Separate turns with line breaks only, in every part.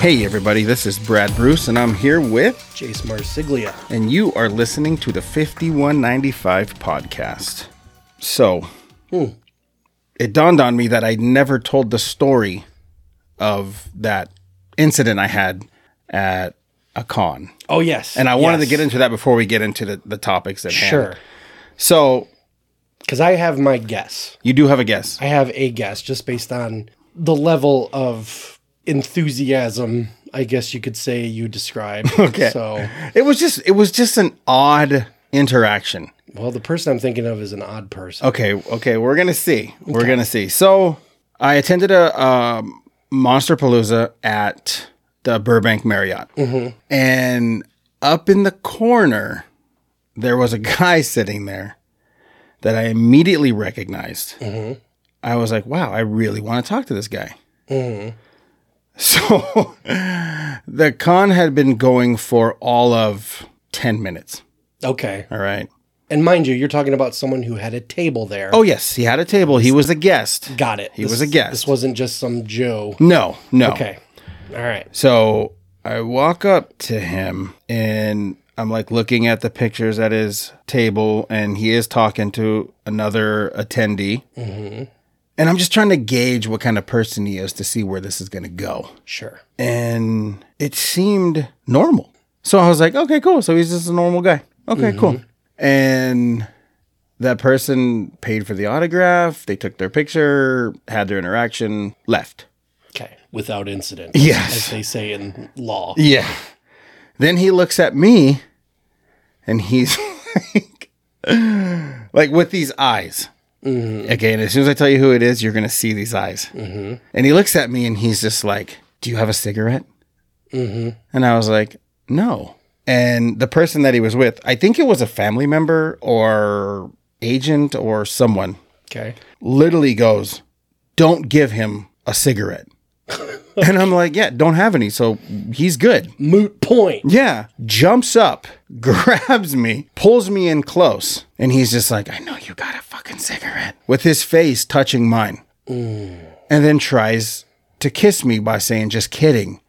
Hey, everybody, this is Brad Bruce, and I'm here with,
Jace Marsiglia.
and you are listening to the 5195 podcast. So,
Hmm.
it dawned on me that I never told the story of that incident I had at a con.
Oh yes,
And I wanted to get into that before we get into the, the topics at hand.
sure
So,
because I have my guess.
you do have a guess.
I have a guess just based on the level of enthusiasm. I guess you could say you describe. Okay. So,
It was just it was just an odd interaction.
well, the person I'm thinking of is an odd person.
Okay, okay, we're gonna see. We're gonna see. So I attended a um, Monster Palooza at the Burbank Marriott, and up in the corner there was a guy sitting there that I immediately recognized. I was like, "Wow, I really want to talk to this guy." So the con had been going for all of ten minutes.
Okay.
All right.
And mind you, you're talking about someone who had a table there.
Oh yes, he had a table. He was a guest.
got it. He
was a guest.
This wasn't just some Joe.
No, no.
Okay. All right.
So I walk up to him and I'm like looking at the pictures at his table, and he is talking to another attendee. And I'm just trying to gauge what kind of person he is to see where this is going to go.
Sure.
And it seemed normal. So I was like, okay, cool. So he's just a normal guy. Okay, cool. And that person paid for the autograph. They took their picture, had their interaction, left.
Okay. Without incident.
Yes.
As they say in law.
Yeah. Then he looks at me and he's like, like with these eyes. Okay. And as soon as I tell you who it is, you're going to see these eyes. And he looks at me and he's just like, Do you have a cigarette? And I was like, No. And the person that he was with, I think it was a family member or agent or someone,
Okay.
literally goes, Don't give him a cigarette. and I'm like, Yeah, don't have any. So he's good.
Moot point.
Yeah. Jumps up, grabs me, pulls me in close. And he's just like, I know you got a fucking cigarette. With his face touching mine. And then tries to kiss me by saying, just kidding.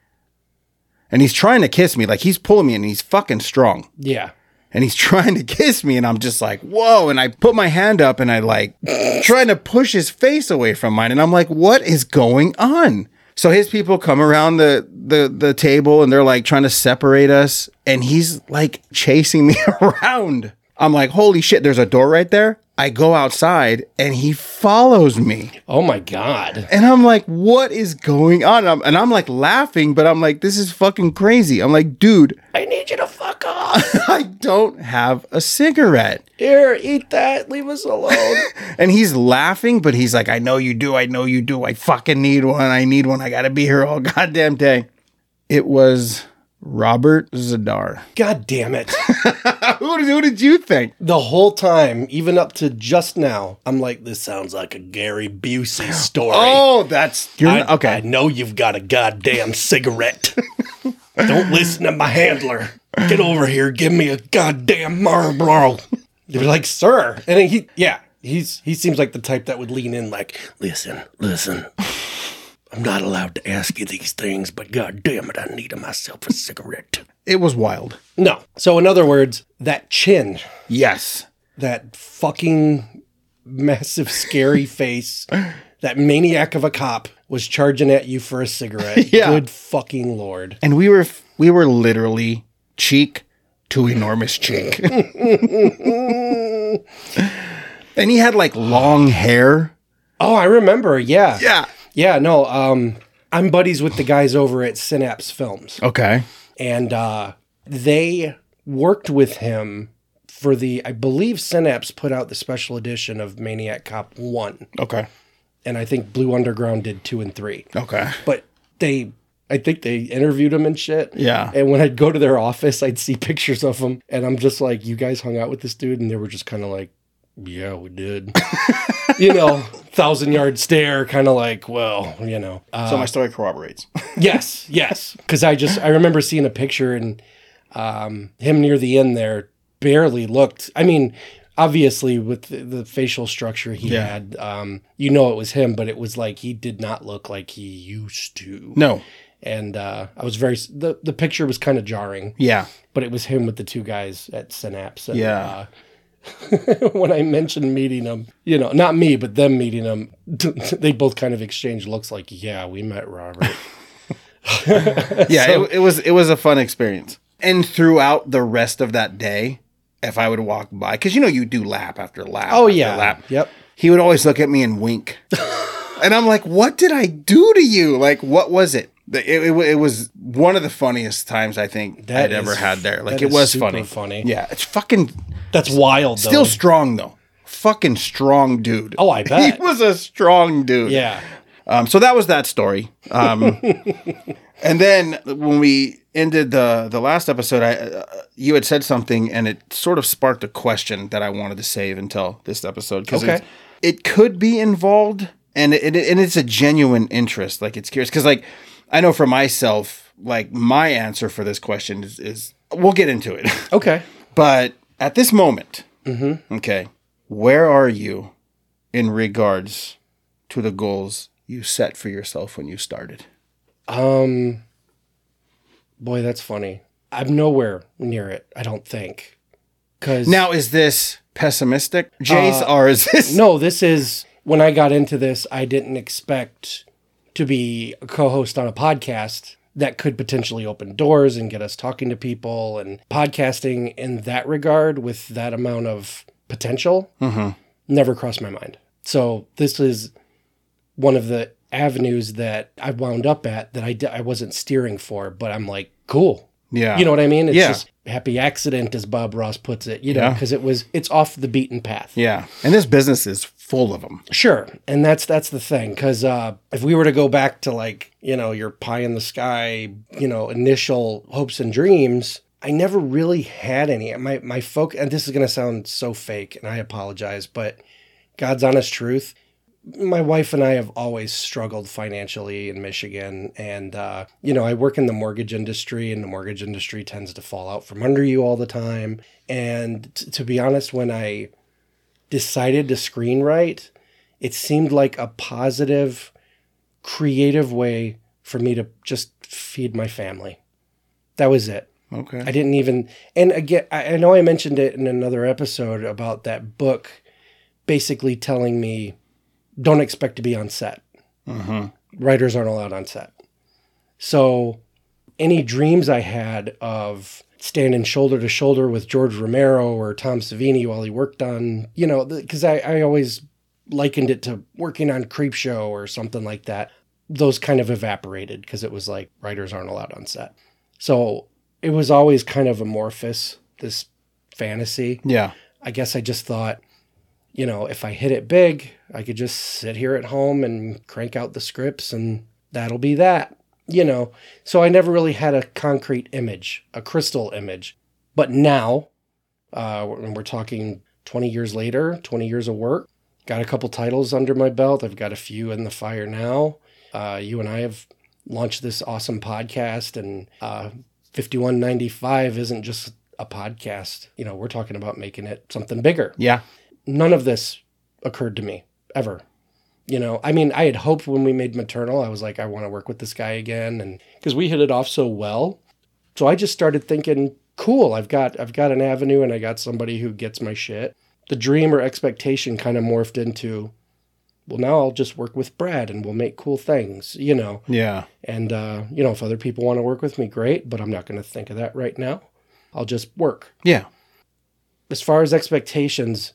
And he's trying to kiss me. Like he's pulling me and he's fucking strong.
Yeah.
And he's trying to kiss me. And I'm just like, whoa. And I put my hand up and I like trying to push his face away from mine. And I'm like, what is going on? So his people come around the, the the table and they're like trying to separate us. And he's like chasing me around. I'm like, holy shit, there's a door right there. I go outside and he follows me.
Oh my God.
And I'm like, what is going on? And I'm, and I'm like laughing, but I'm like, this is fucking crazy. I'm like, dude,
I need you to fuck off.
I don't have a cigarette.
Here, eat that. Leave us alone.
And he's laughing, but he's like, I know you do. I know you do. I fucking need one. I need one. I got to be here all goddamn day. It was Robert Zadar.
God damn it.
who, did- who did you think?
The whole time, even up to just now, I'm like, this sounds like a Gary Busey story.
Oh, that's. You're
I,
not, okay.
I know you've got a goddamn cigarette. Don't listen to my handler. Get over here. Give me a goddamn Marlboro. You're like, sir. And he, yeah, he's he seems like the type that would lean in, like, listen, listen. I'm not allowed to ask you these things, but goddamn it, I need myself a cigarette.
it was wild.
No. So, in other words, that chin,
Yes.
that fucking massive, scary face, that maniac of a cop was charging at you for a cigarette.
Yeah.
Good fucking lord.
And we were we were literally cheek to enormous cheek. and he had like long hair.
Oh, I remember. Yeah.
Yeah.
Yeah, no. Um, I'm buddies with the guys over at Synapse Films,
Okay.
and uh, they worked with him for the, I believe Synapse put out the special edition of Maniac Cop 1,
Okay.
and I think Blue Underground did 2 and 3.
Okay.
but they I think they interviewed him and shit.
Yeah.
And when I'd go to their office, I'd see pictures of him and I'm just like, you guys hung out with this dude and they were just kind of like, yeah, we did. you know, thousand yard stare, kind of like, well, you know. Uh,
So my story corroborates.
yes, yes. Cuz I just I remember seeing a picture and um him near the end there barely looked. I mean, obviously with the, the facial structure he
Yeah.
had, um you know it was him, but it was like he did not look like he used to
No.
And uh, I was very the the picture was kind of jarring,
Yeah.
but it was him with the two guys at Synapse. And,
Yeah.
uh, when I mentioned meeting him, you know, not me, but them meeting him, they both kind of exchanged looks like, "Yeah, we met Robert."
Yeah. it, it was it was a fun experience. And throughout the rest of that day, if I would walk by, because you know you do lap after lap.
oh
after
yeah,
Lap.
yep.
He would always look at me and wink. and I'm like, what did I do to you? Like, what was it? The- It, it, it was one of the funniest times I think
That
I'd ever
is-
had there. Like,
that
it
is
was
super
funny.
funny.
Yeah. It's fucking
That's wild. Though.
still strong though. Fucking strong dude.
Oh, I bet.
He was a strong dude.
yeah.
Um, so that was that story. Um, and then when we ended the the last episode, I uh, you had said something, and it sort of sparked a question that I wanted to save until this episode because
Okay.
it could be involved, and it, it- and it's a genuine interest. Like it's curious because like I know for myself, like my answer for this question is, is we'll get into it,
Okay.
but at this moment,
Mm-hmm.
okay, where are you in regards to the goals you set for yourself when you started?
Um, boy, that's funny. I'm nowhere near it. I don't think. Cause
Now, is this pessimistic, Jace,
Uh,
or is this?
no, this is when I got into this. I didn't expect to be a co-host on a podcast that could potentially open doors and get us talking to people and podcasting in that regard with that amount of potential
Mm-hmm.
never crossed my mind. So this is one of the avenues that I wound up at that I d- I wasn't steering for, but I'm like, cool.
Yeah,
You know what I mean? It's
Yeah.
just happy accident, as Bob Ross puts it, you know,
Yeah.
because it was, it's off the beaten path.
yeah, and this business is full of them.
Sure. And that's, that's the thing. Cause, uh, if we were to go back to like, you know, your pie in the sky, you know, initial hopes and dreams, I never really had any. My, my folk, and this is going to sound so fake and I apologize, but God's honest truth, my wife and I have always struggled financially in Michigan. And, uh, you know, I work in the mortgage industry, and the mortgage industry tends to fall out from under you all the time. And t- to be honest, when I decided to screenwrite, it seemed like a positive, creative way for me to just feed my family. That was it.
Okay,
I didn't even. And again, I, I know I mentioned it in another episode about that book basically telling me don't expect to be on set. Writers aren't allowed on set. So any dreams I had of standing shoulder to shoulder with George Romero or Tom Savini while he worked on, you know, because I, I always likened it to working on Creep Show or something like that. Those kind of evaporated because it was like writers aren't allowed on set. So it was always kind of amorphous, this fantasy.
yeah,
I guess I just thought, you know, if I hit it big, I could just sit here at home and crank out the scripts and that'll be that, you know. So I never really had a concrete image, a crystal image. But now, uh, when we're talking 20 years later, 20 years of work, got a couple titles under my belt. I've got a few in the fire now. Uh, you and I have launched this awesome podcast, and uh, 5195 isn't just a podcast. You know, we're talking about making it something bigger
yeah,
none of this occurred to me ever. You know, I mean, I had hoped when we made Maternal, I was like, I want to work with this guy again, and because we hit it off so well, so I just started thinking, cool, I've got I've got an avenue, and I got somebody who gets my shit. The dream or expectation kind of morphed into, well, now I'll just work with Brad, and we'll make cool things. You know,
yeah,
and, uh, you know, if other people want to work with me, great, but I'm not going to think of that right now. I'll just work.
Yeah.
As far as expectations,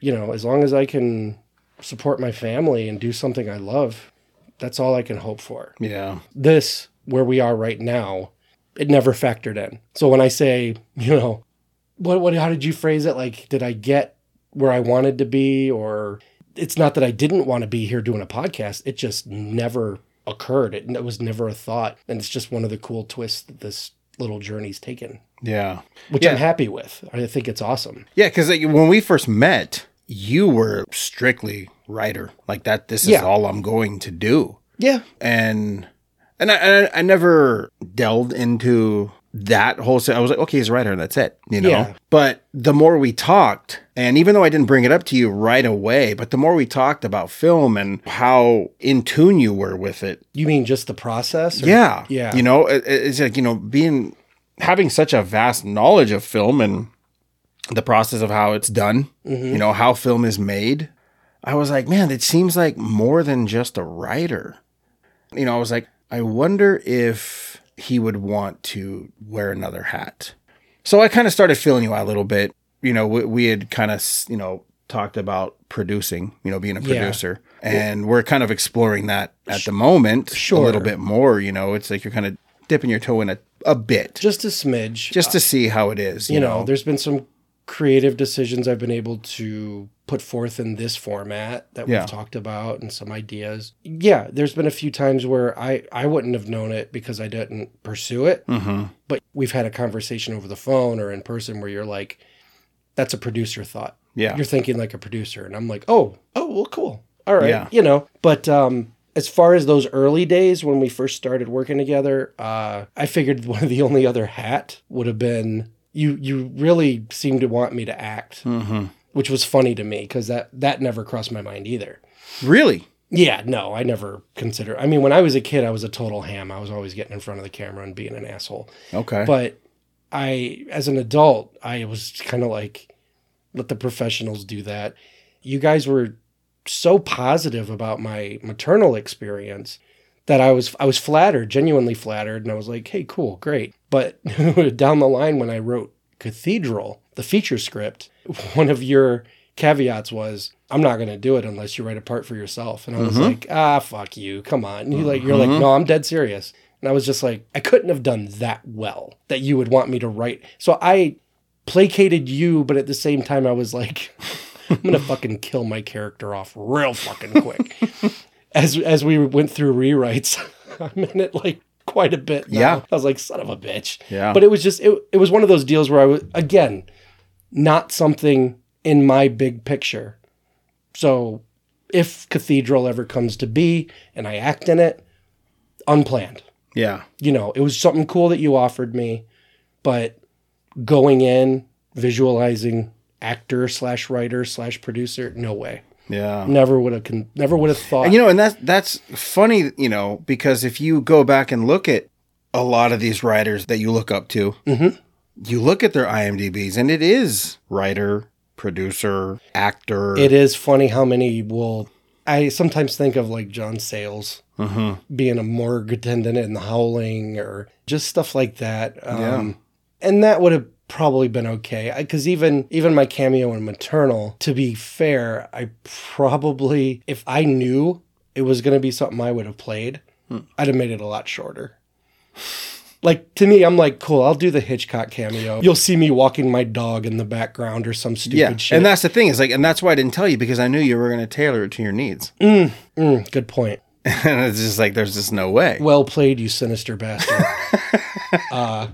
you know, as long as I can support my family and do something I love, that's all I can hope for.
yeah,
This, where we are right now, it never factored in. So when I say, you know, what, what, how did you phrase it? Like, did I get where I wanted to be? Or it's not that I didn't want to be here doing a podcast. It just never occurred. It, it was never a thought. And it's just one of the cool twists that this little journey's taken,
yeah,
which
Yeah.
I'm happy with. I think it's awesome.
yeah. Because like, when we first met, you were strictly writer. Like that. This is
Yeah.
all I'm going to do.
Yeah.
and and I, I I never delved into that whole se- I was like, okay, he's right here. That's it. You know.
Yeah.
But the more we talked, and even though I didn't bring it up to you right away, but the more we talked about film and how in tune you were with it,
You mean just the process? or-
yeah.
Yeah.
You know, it, it- it's like, you know, being having such a vast knowledge of film and the process of how it's done,
Mm-hmm.
you know, how film is made. I was like, man, it seems like more than just a writer. You know, I was like, I wonder if he would want to wear another hat. So I kind of started feeling you out a little bit. You know, we, we had kind of, you know, talked about producing, you know, being a
Yeah.
producer. And we're kind of exploring that at the moment a
Sure.
little bit more. You know, it's like you're kind of dipping your toe in a, a bit
Just a smidge. Uh,
just to see how it is. You,
you
know,
know, there's been some creative decisions I've been able to put forth in this format that
Yeah.
we've talked about and some ideas. Yeah, there's been a few times where I I wouldn't have known it because I didn't pursue it.
Mm-hmm.
But we've had a conversation over the phone or in person where you're like, "That's a producer thought."
yeah,
You're thinking like a producer, and I'm like, "Oh, oh, well, cool, all right,
Yeah.
you know." But um, as far as those early days when we first started working together, uh, I figured one of the only other hat would have been you. You really seemed to want me to act,
Mm-hmm.
which was funny to me because that that never crossed my mind either.
really,
Yeah, no, I never consider. I mean, when I was a kid, I was a total ham. I was always getting in front of the camera and being an asshole
okay,
but I, as an adult, I was kind of like, let the professionals do that. You guys were so positive about my maternal experience that I was I was flattered, genuinely flattered, and I was like, hey, cool, great. But down the line, when I wrote Cathedral, the feature script, one of your caveats was, I'm not gonna do it unless you write a part for yourself. And I was like, ah, fuck you, come on. And you like you're like, no, I'm dead serious. And I was just like, I couldn't have done that well that you would want me to write. So I placated you, but at the same time, I was like, I'm gonna fucking kill my character off real fucking quick. as as we went through rewrites, I'm in it like quite a bit. now.
Yeah.
I was like, son of a bitch.
Yeah.
But it was just it, it was one of those deals where I was again not something in my big picture. So if Cathedral ever comes to be and I act in it, unplanned
yeah,
you know, it was something cool that you offered me, but going in, visualizing actor slash writer slash producer, no way.
yeah.
Never would have con- never would have thought.
And you know, and that's that's funny, you know, because if you go back and look at a lot of these writers that you look up to,
Mm-hmm.
you look at their IMDb's, and it is writer, producer, actor.
it is funny how many will. I sometimes think of like John Sayles
Mm-hmm.
being a morgue attendant in The Howling, or just stuff like that. Um, and that would have probably been okay because even even my cameo in maternal to be fair i probably if i knew it was going to be something i would have played
Hmm.
i'd have made it a lot shorter like to me i'm like cool i'll do the hitchcock cameo you'll see me walking my dog in the background or some stupid
yeah,
shit
and that's the thing is like, and that's why I didn't tell you because I knew you were going to tailor it to your needs,
Mm, good point
and it's just like there's just no way.
well played you sinister bastard uh,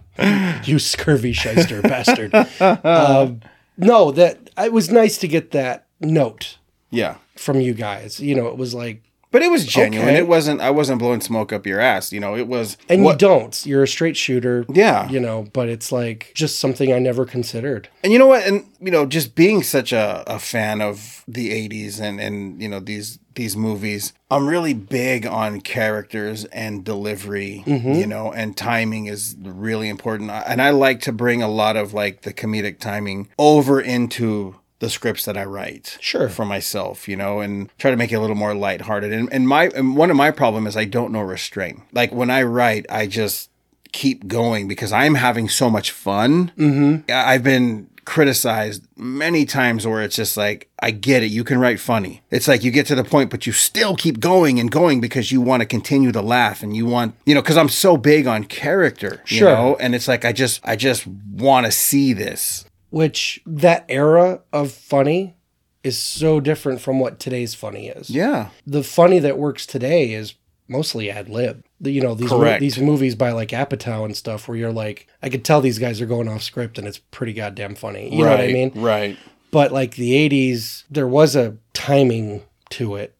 you scurvy shyster bastard Um no that it was nice to get that note
yeah,
from you guys. You know, it was like,
but it was genuine.
Okay.
It wasn't. I wasn't blowing smoke up your ass. You know, it was.
and
what-
you don't. You're a straight shooter.
Yeah.
You know, but it's like just something I never considered.
And you know what? And you know, just being such a, a fan of the '80s and and you know these these movies, I'm really big on characters and delivery. You know, and timing is really important. I- And I like to bring a lot of like the comedic timing over into the scripts that I write
Sure.
for myself, you know, and try to make it a little more lighthearted. And, and my and one of my problem is I don't know restraint. Like when I write, I just keep going because I'm having so much fun. Mm-hmm. I've been criticized many times where it's just like, I get it. You can write funny. It's like you get to the point, but you still keep going and going because you want to continue to laugh and you want, you know, because I'm so big on character, you
Sure.
know, and it's like, I just, I just want to see this.
Which that era of funny is so different from what today's funny is.
Yeah.
The funny that works today is mostly ad lib. The- You know, these mo-
Correct.
these movies by like Apatow and stuff where you're like, I could tell these guys are going off script and it's pretty goddamn funny. You know what I mean?
Right.
but like the 80s there was a timing to it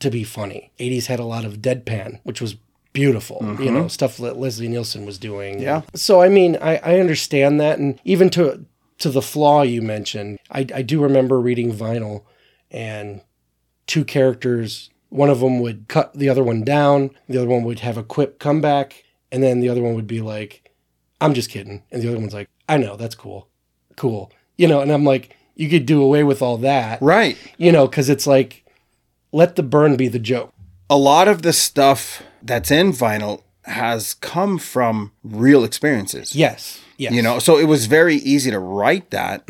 to be funny 80s had a lot of deadpan which was beautiful. You know, stuff that Leslie Nielsen was doing.
Mm-hmm. Yeah.
So I mean, I, I understand that, and even to to the flaw you mentioned, I, I do remember reading Vinyl, and two characters. One of them would cut the other one down. The other one would have a quip comeback, and then the other one would be like, "I'm just kidding," and the other one's like, "I know that's cool, cool." You know, and I'm like, you could do away with all that,
Right.
you know, because it's like, let the burn be the joke.
a lot of the stuff that's in vinyl has come from real experiences.
Yes. Yes. Mm-hmm.
You know, so it was very easy to write that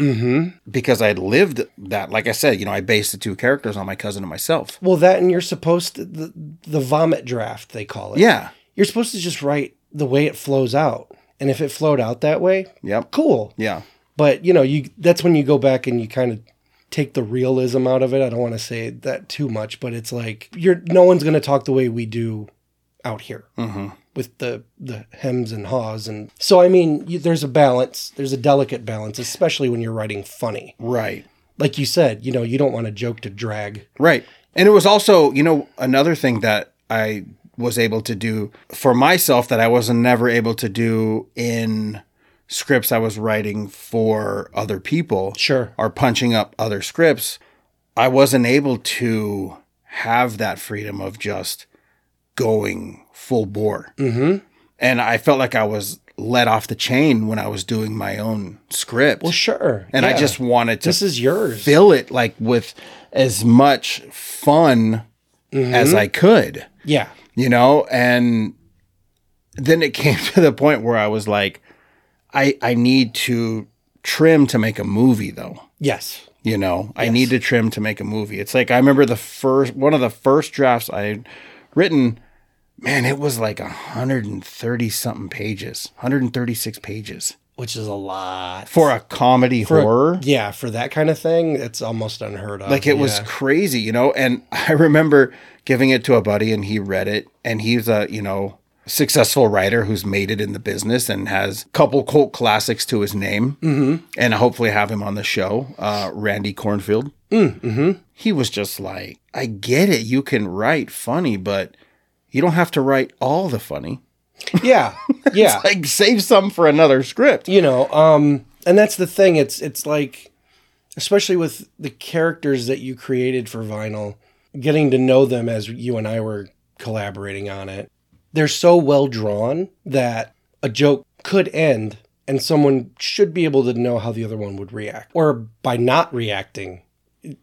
because I had lived that. Like I said, you know, I based the two characters on my cousin and myself.
Well, that and you're supposed to the, the vomit draft they call it.
Yeah.
You're supposed to just write the way it flows out, and if it flowed out that way,
Yep.
cool.
Yeah.
But you know, you that's when you go back and you kind of take the realism out of it. I don't want to say that too much, but it's like you're no one's going to talk the way we do out here
Mm-hmm.
with the the hems and haws, and so I mean, you, there's a balance. There's a delicate balance, especially when you're writing funny.
Right.
Like you said, you know, you don't want a joke to drag.
Right. And it was also, you know, another thing that I was able to do for myself that I was never able to do in scripts I was writing for other people.
Sure.
Or punching up other scripts. I wasn't able to have that freedom of just going full bore. Mm-hmm. And I felt like I was let off the chain when I was doing my own script.
Well, sure.
and I
yeah.
just wanted to
this is yours.
fill it like with as much fun
Mm-hmm.
as I could,
yeah.
you know? And then it came to the point where I was like, I I need to trim to make a movie though.
Yes.
You know, I need to trim to make a movie. It's like I remember the first one of the first drafts I had written, man, it was like 130 something pages, 136 pages
Which is a lot.
for a comedy horror.
Yeah, for that kind of thing, it's almost unheard of.
Like it was
yeah.
crazy, you know. And I remember giving it to a buddy, and he read it, and he's a you know successful writer who's made it in the business and has a couple cult classics to his name. Mm-hmm. And I hopefully have him on the show, uh, Randy Cornfield. Mm-hmm. He was just like, I get it, you can write funny, but you don't have to write all the funny.
Yeah. Yeah.
Like save some for another script.
you know, um and that's the thing. It's it's like especially with the characters that you created for vinyl, getting to know them as you and I were collaborating on it. They're so well drawn that a joke could end and someone should be able to know how the other one would react. Or by not reacting,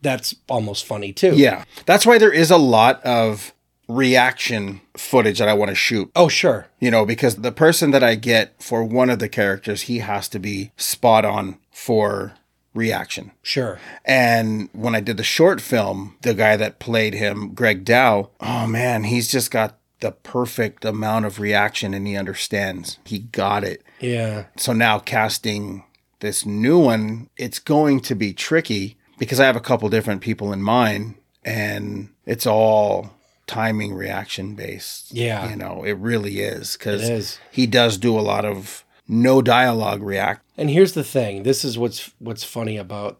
that's almost funny too.
Yeah, that's why there is a lot of reaction footage that I want to shoot.
Oh, sure.
you know, because the person that I get for one of the characters, he has to be spot on for reaction.
Sure.
And when I did the short film, the guy that played him, Greg Dow, oh man, he's just got the perfect amount of reaction and he understands. He got it.
Yeah.
So now casting this new one, it's going to be tricky because I have a couple different people in mind and it's all timing reaction based.
Yeah.
You know, it really is
It
because
is.
he does do a lot of no dialogue react.
And here's the thing. This is what's what's funny about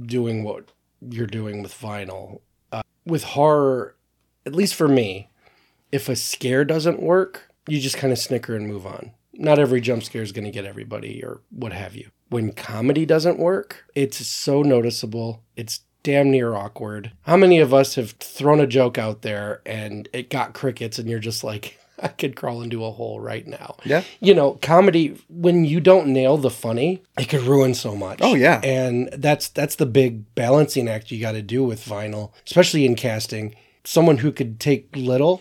doing what you're doing with vinyl. Uh, with horror, at least for me, if a scare doesn't work, you just kind of snicker and move on. Not every jump scare is going to get everybody or what have you. When comedy doesn't work, it's so noticeable. It's damn near awkward. How many of us have thrown a joke out there and it got crickets and you're just like, I could crawl into a hole right now
Yeah.
you know, comedy when you don't nail the funny, it could ruin so much.
Oh, yeah.
And that's that's the big balancing act you got to do with vinyl, especially in casting. Someone who could take little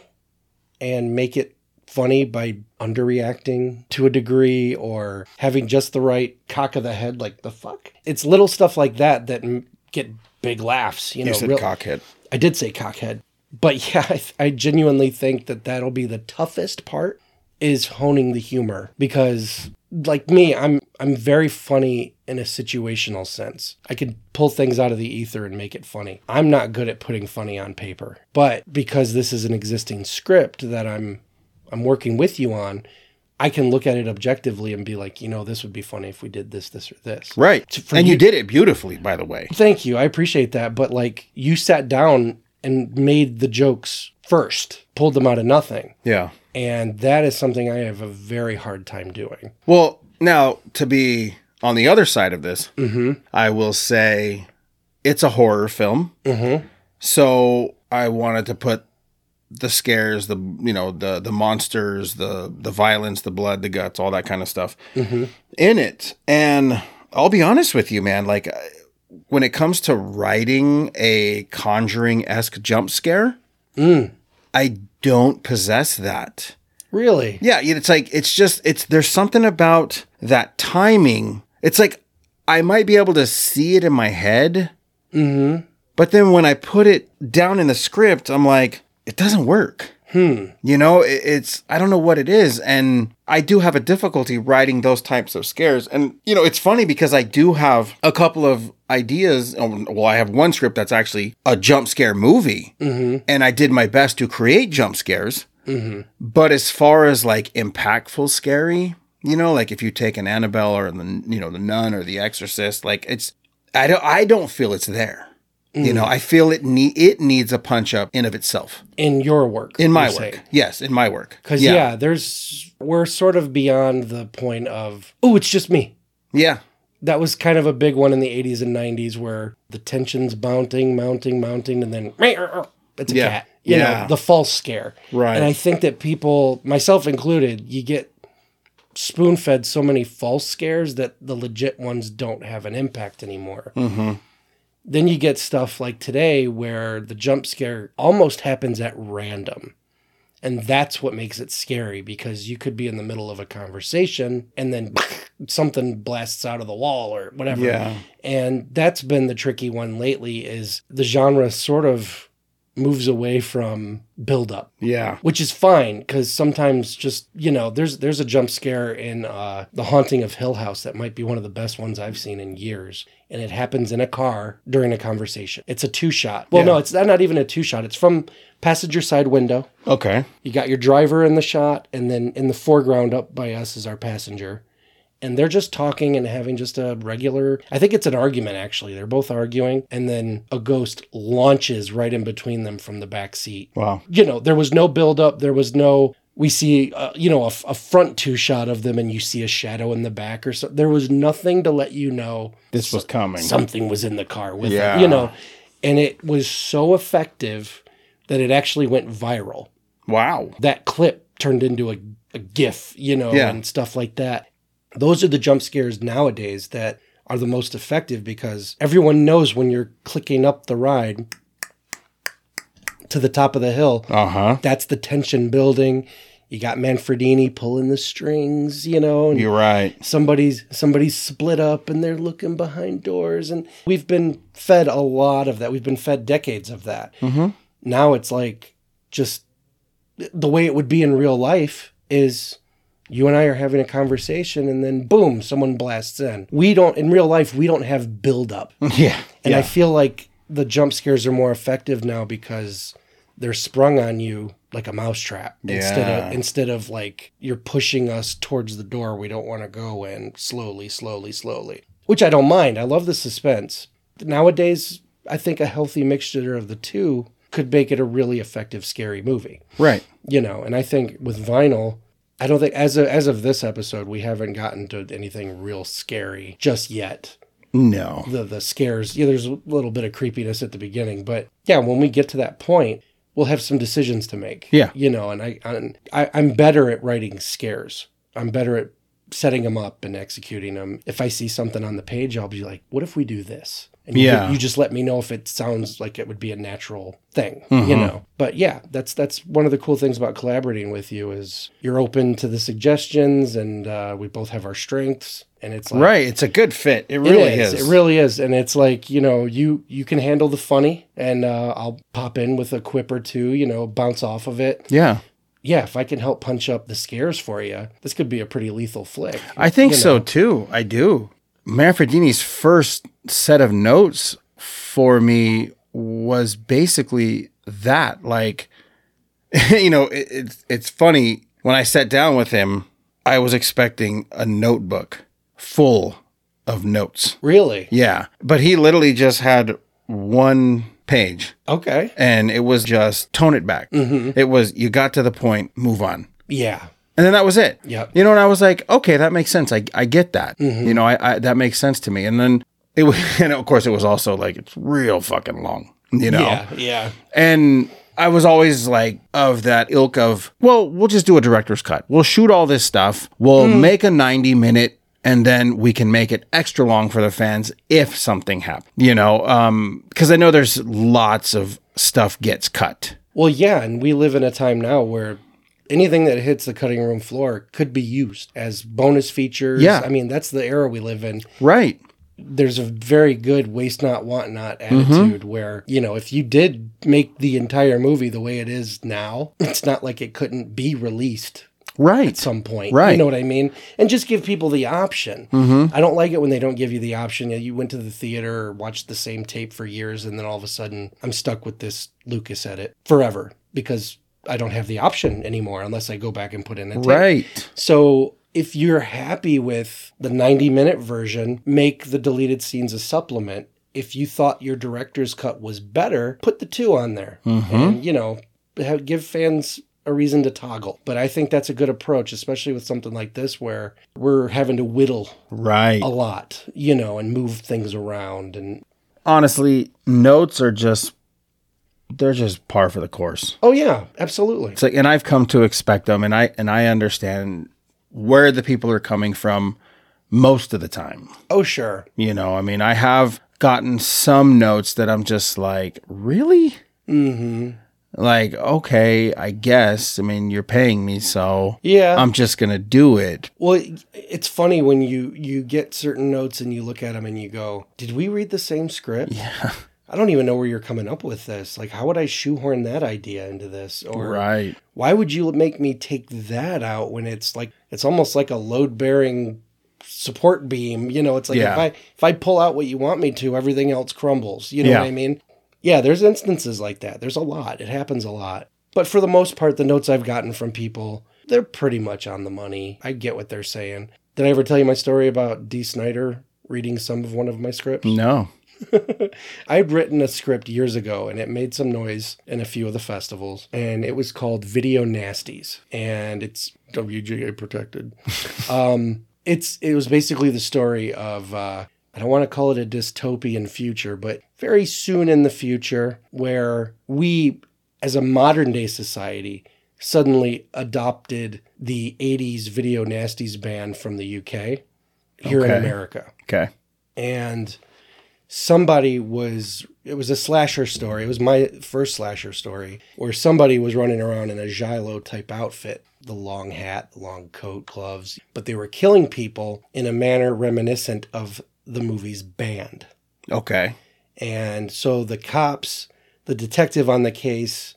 and make it funny by underreacting to a degree or having just the right cock of the head like the fuck. It's little stuff like that that m- get big laughs, you know.
You said
real-
cockhead.
I did say cockhead, but yeah, I, th- I genuinely think that that'll be the toughest part is honing the humor because like me, I'm I'm very funny in a situational sense. I can pull things out of the ether and make it funny. I'm not good at putting funny on paper, but because this is an existing script that I'm I'm working with you on, I can look at it objectively and be like, you know, this would be funny if we did this, this, or this.
Right.
for
And you
you-
did it beautifully, by the way.
Thank you. I appreciate that. But like you sat down and made the jokes first, pulled them out of nothing.
Yeah.
And that is something I have a very hard time doing.
Well, now to be on the other side of this, I will say it's a horror film. So I wanted to put the scares, the you know the the monsters, the the violence, the blood, the guts, all that kind of stuff in it. And I'll be honest with you, man. Like I- when it comes to writing a Conjuring esque jump scare, I don't possess that.
Really?
Yeah, it's like it's just it's there's something about that timing. It's like I might be able to see it in my head, mm-hmm. but then when I put it down in the script, I'm like, it doesn't work. Hmm. You know, it, it's I don't know what it is, and I do have a difficulty writing those types of scares. And you know, it's funny because I do have a couple of ideas. um, Well, I have one script that's actually a jump scare movie, mm-hmm. and I did my best to create jump scares. But as far as like impactful scary, you know, like if you take an Annabelle or the you know the Nun or the Exorcist, like it's I don't I don't feel it's there. You
Mm.
know, I feel it need it needs a punch up in of itself
In your work.
in my work. Yes, in my work.
Because, yeah. there's, we're sort of beyond the point of, oh, it's just me.
yeah,
That was kind of a big one in the 80s and 90s where the tension's mounting, mounting, mounting, and then it's a
Yeah.
cat. You
Yeah.
know, the false scare.
Right.
And I think that people, myself included, you get spoon fed so many false scares that the legit ones don't have an impact anymore.
Mm-hmm.
Then you get stuff like today where the jump scare almost happens at random. And that's what makes it scary because you could be in the middle of a conversation and then something blasts out of the wall or whatever.
Yeah.
And that's been the tricky one lately is the genre sort of moves away from build up
yeah,
which is fine because sometimes just you know there's there's a jump scare in uh, the haunting of hill house that might be one of the best ones i've seen in years and it happens in a car during a conversation it's a two shot well no it's not, not even a two shot it's from passenger side window
yeah. Okay.
you got your driver in the shot and then in the foreground up by us is our passenger and they're just talking and having just a regular i think it's an argument actually they're both arguing and then a ghost launches right in between them from the back seat
Wow.
you know, there was no buildup. There was no, we see, uh, you know, a, f- a front two shot of them and you see a shadow in the back or so. There was nothing to let you know
This was coming.
something was in the car with
Yeah.
them, you know. And it was so effective that it actually went viral.
wow.
That clip turned into a, a GIF, you know,
Yeah.
and stuff like that. Those are the jump scares nowadays that are the most effective because everyone knows when you're clicking up the ride to the top of the hill
Uh huh.
that's the tension building. You got Manfredini pulling the strings, you know, and
You're right.
somebody's somebody's split up and they're looking behind doors. And we've been fed a lot of that. We've been fed decades of that. Now it's like just the way it would be in real life is you and I are having a conversation and then boom, someone blasts in. We don't in real life we don't have build up.
Yeah.
And
yeah.
I feel like the jump scares are more effective now because they're sprung on you like a mousetrap instead
Yeah.
of instead of like you're pushing us towards the door we don't want to go in slowly, slowly, slowly. Which I don't mind. I love the suspense. Nowadays, I think a healthy mixture of the two could make it a really effective scary movie
right.
you know and i think with vinyl i don't think as of, as of this episode we haven't gotten to anything real scary just yet
No.
the the scares yeah there's a little bit of creepiness at the beginning but yeah when we get to that point we'll have some decisions to make
Yeah.
you know and i and I i'm better at writing scares i'm better at setting them up and executing them if i see something on the page i'll be like what if we do this and you-
Yeah.
you, just let me know if it sounds like it would be a natural thing
Mm-hmm.
you know but yeah that's that's one of the cool things about collaborating with you is you're open to the suggestions and uh, we both have our strengths and it's like
Right. It's a good fit. It really
it
is.
It really is, and it's like you know, you you can handle the funny, and uh, I'll pop in with a quip or two, you know, bounce off of it.
yeah.
Yeah, if I can help punch up the scares for you, this could be a pretty lethal flick.
I think so too. I do. Manfredini's first set of notes for me was basically that. Like, you know, it, it's it's funny when I sat down with him, I was expecting a notebook full of notes.
Really?
Yeah, but he literally just had one page.
Okay.
And it was just tone it back. It was, you got to the point, move on.
Yeah.
And then that was it.
Yep.
You know, and I was like, okay, that makes sense. I, I get that.
Mm-hmm.
You know, I, I that makes sense to me. And then it was, and of course, it was also like it's real fucking long. You know,
Yeah. Yeah.
and I was always like of that ilk of, well, we'll just do a director's cut. We'll shoot all this stuff. We'll
Mm.
make a 90 minute and then we can make it extra long for the fans if something happens, you know? Um, cause I know there's lots of stuff gets cut.
Well, yeah, and we live in a time now where anything that hits the cutting room floor could be used as bonus features.
Yeah.
I mean, that's the era we live in.
Right.
There's a very good waste not, want not
Mm-hmm.
attitude where, you know, if you did make the entire movie the way it is now, it's not like it couldn't be released
Right.
some point.
Right.
You know what I mean? And just give people the option.
Mm-hmm.
I don't like it when they don't give you the option. You know, You went to the theater or watched the same tape for years, and then all of a sudden, I'm stuck with this Lucas edit forever because I don't have the option anymore unless I go back and put in a tape.
right.
So if you're happy with the 90 minute version, make the deleted scenes a supplement. If you thought your director's cut was better, put the two on there.
Hmm? Mm-hmm.
And, you know, ha- give fans a reason to toggle. But I think that's a good approach, especially with something like this where we're having to whittle
Right.
a lot, you know, and move things around. And
Honestly, notes are just, they're just par for the course.
oh, yeah, absolutely.
It's like, and I've come to expect them, and I and I understand where the people are coming from most of the time.
Oh, sure.
You know, I mean, I have gotten some notes that I'm just like, really? Mm-hmm.
hmm
Like, okay, I guess. I mean, you're paying me, so
Yeah.
I'm just gonna do it.
Well, it- it's funny when you you get certain notes and you look at them and you go, "Did we read the same script?" Yeah. I don't even know where you're coming up with this. Like, how would I shoehorn that idea into this? Or
Right.
why would you make me take that out when it's like it's almost like a load bearing support beam? You know, it's like
Yeah.
if I if I pull out what you want me to, everything else crumbles. You know
Yeah.
what I mean? Yeah, there's instances like that. There's a lot. It happens a lot. But for the most part, the notes I've gotten from people, they're pretty much on the money. I get what they're saying. Did I ever tell you my story about D. Snyder reading some of one of my scripts?
No.
I had written a script years ago and it made some noise in a few of the festivals, and it was called Video Nasties, and it's WGA protected. um, it's it was basically the story of uh, I don't want to call it a dystopian future, but very soon in the future where we, as a modern day society, suddenly adopted the '80s Video Nasties ban from the UK here in
Okay.
America
Okay.
and somebody was it was a slasher story it was my first slasher story where somebody was running around in a Gilo type outfit the long hat the long coat gloves but they were killing people in a manner reminiscent of the movie's band
Okay.
and so the cops the detective on the case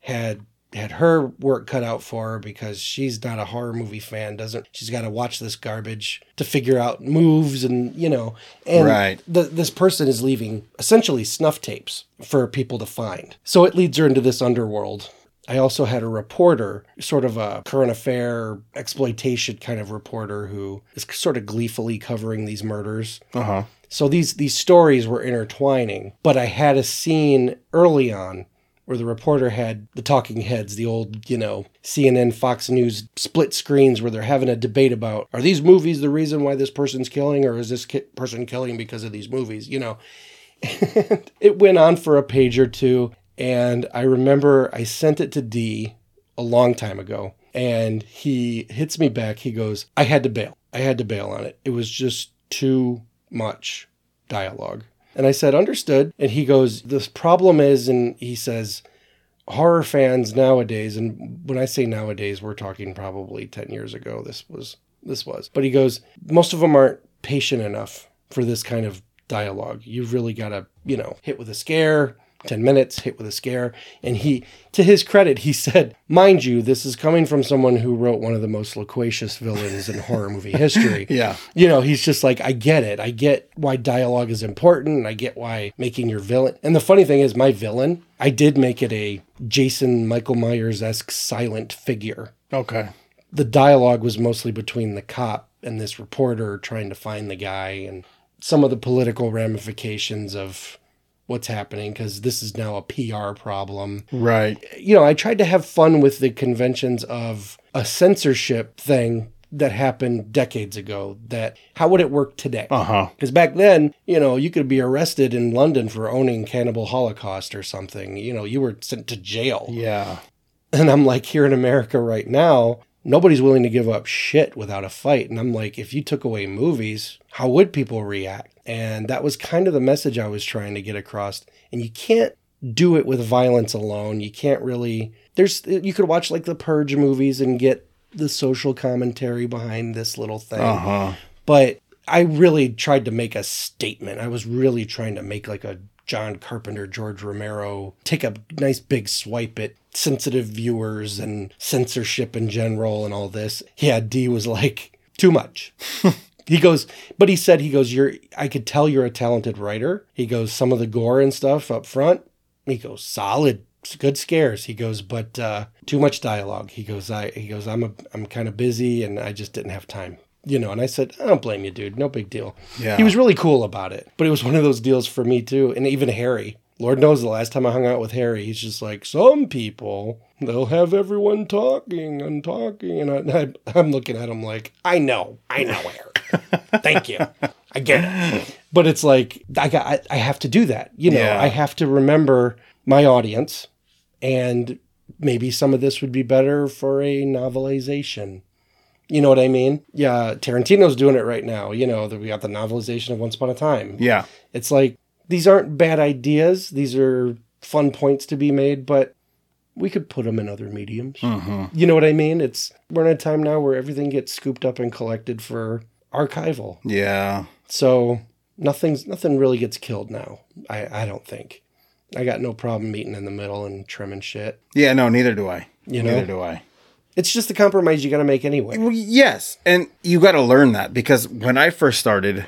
had had her work cut out for her because she's not a horror movie fan doesn't she's got to watch this garbage to figure out moves and you know and
Right.
th- this person is leaving essentially snuff tapes for people to find so it leads her into this underworld I also had a reporter, sort of a current affair exploitation kind of reporter who is sort of gleefully covering these murders.
Uh huh.
So these these stories were intertwining, but I had a scene early on where the reporter had the talking heads, the old, you know, CNN, Fox News split screens where they're having a debate about are these movies the reason why this person's killing or is this ki- person killing because of these movies, you know. And it went on for a page or two and I remember I sent it to D a long time ago and he hits me back. He goes, "I had to bail. I had to bail on it. It was just too much dialogue. And I said, understood. And he goes, the problem is, and he says, horror fans nowadays, and when I say nowadays, we're talking probably 10 years ago. This was, this was, but he goes, most of them aren't patient enough for this kind of dialogue. You've really got to, you know, hit with a scare. 10 minutes hit with a scare and he to his credit he said mind you this is coming from someone who wrote one of the most loquacious villains in horror movie history
Yeah.
you know, he's just like, I get it. I get why dialogue is important. And I get why making your villain. And the funny thing is, my villain, I did make it a Jason Michael Myers esque silent figure.
Okay.
The dialogue was mostly between the cop and this reporter trying to find the guy and some of the political ramifications of what's happening because this is now a PR problem.
Right.
You know, I tried to have fun with the conventions of a censorship thing that happened decades ago that how would it work today?
Uh huh.
Because back then, you know, you could be arrested in London for owning Cannibal Holocaust or something. You know, you were sent to jail.
Yeah.
And I'm like, here in America right now, nobody's willing to give up shit without a fight. And I'm like, if you took away movies, how would people react? And that was kind of the message I was trying to get across. And you can't do it with violence alone. You can't really, there's, you could watch like the Purge movies and get the social commentary behind this little thing
Uh huh.
but I really tried to make a statement. I was really trying to make like a John Carpenter, George Romero, take a nice big swipe at sensitive viewers and censorship in general and all this. Yeah, D was like, too much. he goes, but he said, he goes, you're, I could tell you're a talented writer. He goes, some of the gore and stuff up front. He goes, solid, good scares. He goes, but uh, too much dialogue. He goes, I, he goes, I'm a, I'm kind of busy and I just didn't have time. You know, and I said, I don't blame you, dude. No big deal.
Yeah.
He was really cool about it, but it was one of those deals for me too. And even Harry, Lord knows the last time I hung out with Harry, he's just like, some people, they'll have everyone talking and talking. And I, and I, I'm looking at him like, I know, I know, Harry. Thank you. I get it. But it's like, I, got, I, I have to do that. You know,
Yeah.
I have to remember my audience and maybe some of this would be better for a novelization. You know what I mean? Yeah, Tarantino's doing it right now. You know, that we got the novelization of Once Upon a Time.
Yeah.
It's like these aren't bad ideas. These are fun points to be made, but we could put them in other mediums.
Hmm.
You know what I mean? It's we're in a time now where everything gets scooped up and collected for archival.
Yeah.
So nothing's nothing really gets killed now. I I don't think. I got no problem meeting in the middle and trimming shit.
Yeah. No, neither do I.
You
Neither
know,
do I.
it's just the compromise you got to make anyway.
Well, yes, and you got to learn that because when I first started,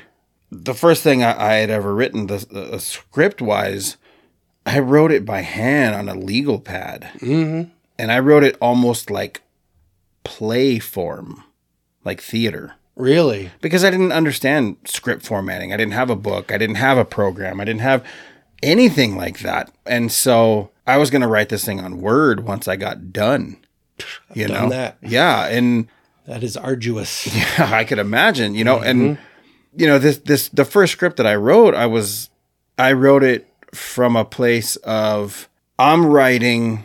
the first thing I, I had ever written, the, the script wise, I wrote it by hand on a legal pad, mm-hmm. and I wrote it almost like play form, like theater,
Really?
because I didn't understand script formatting. I didn't have a book. I didn't have a program. I didn't have anything like that, and so I was going to write this thing on Word once I got done. You
done
know,
that.
yeah, and.
That is arduous.
I could imagine, you know, and
Mm-hmm.
you know this this the first script that I wrote, I was I wrote it from a place of I'm writing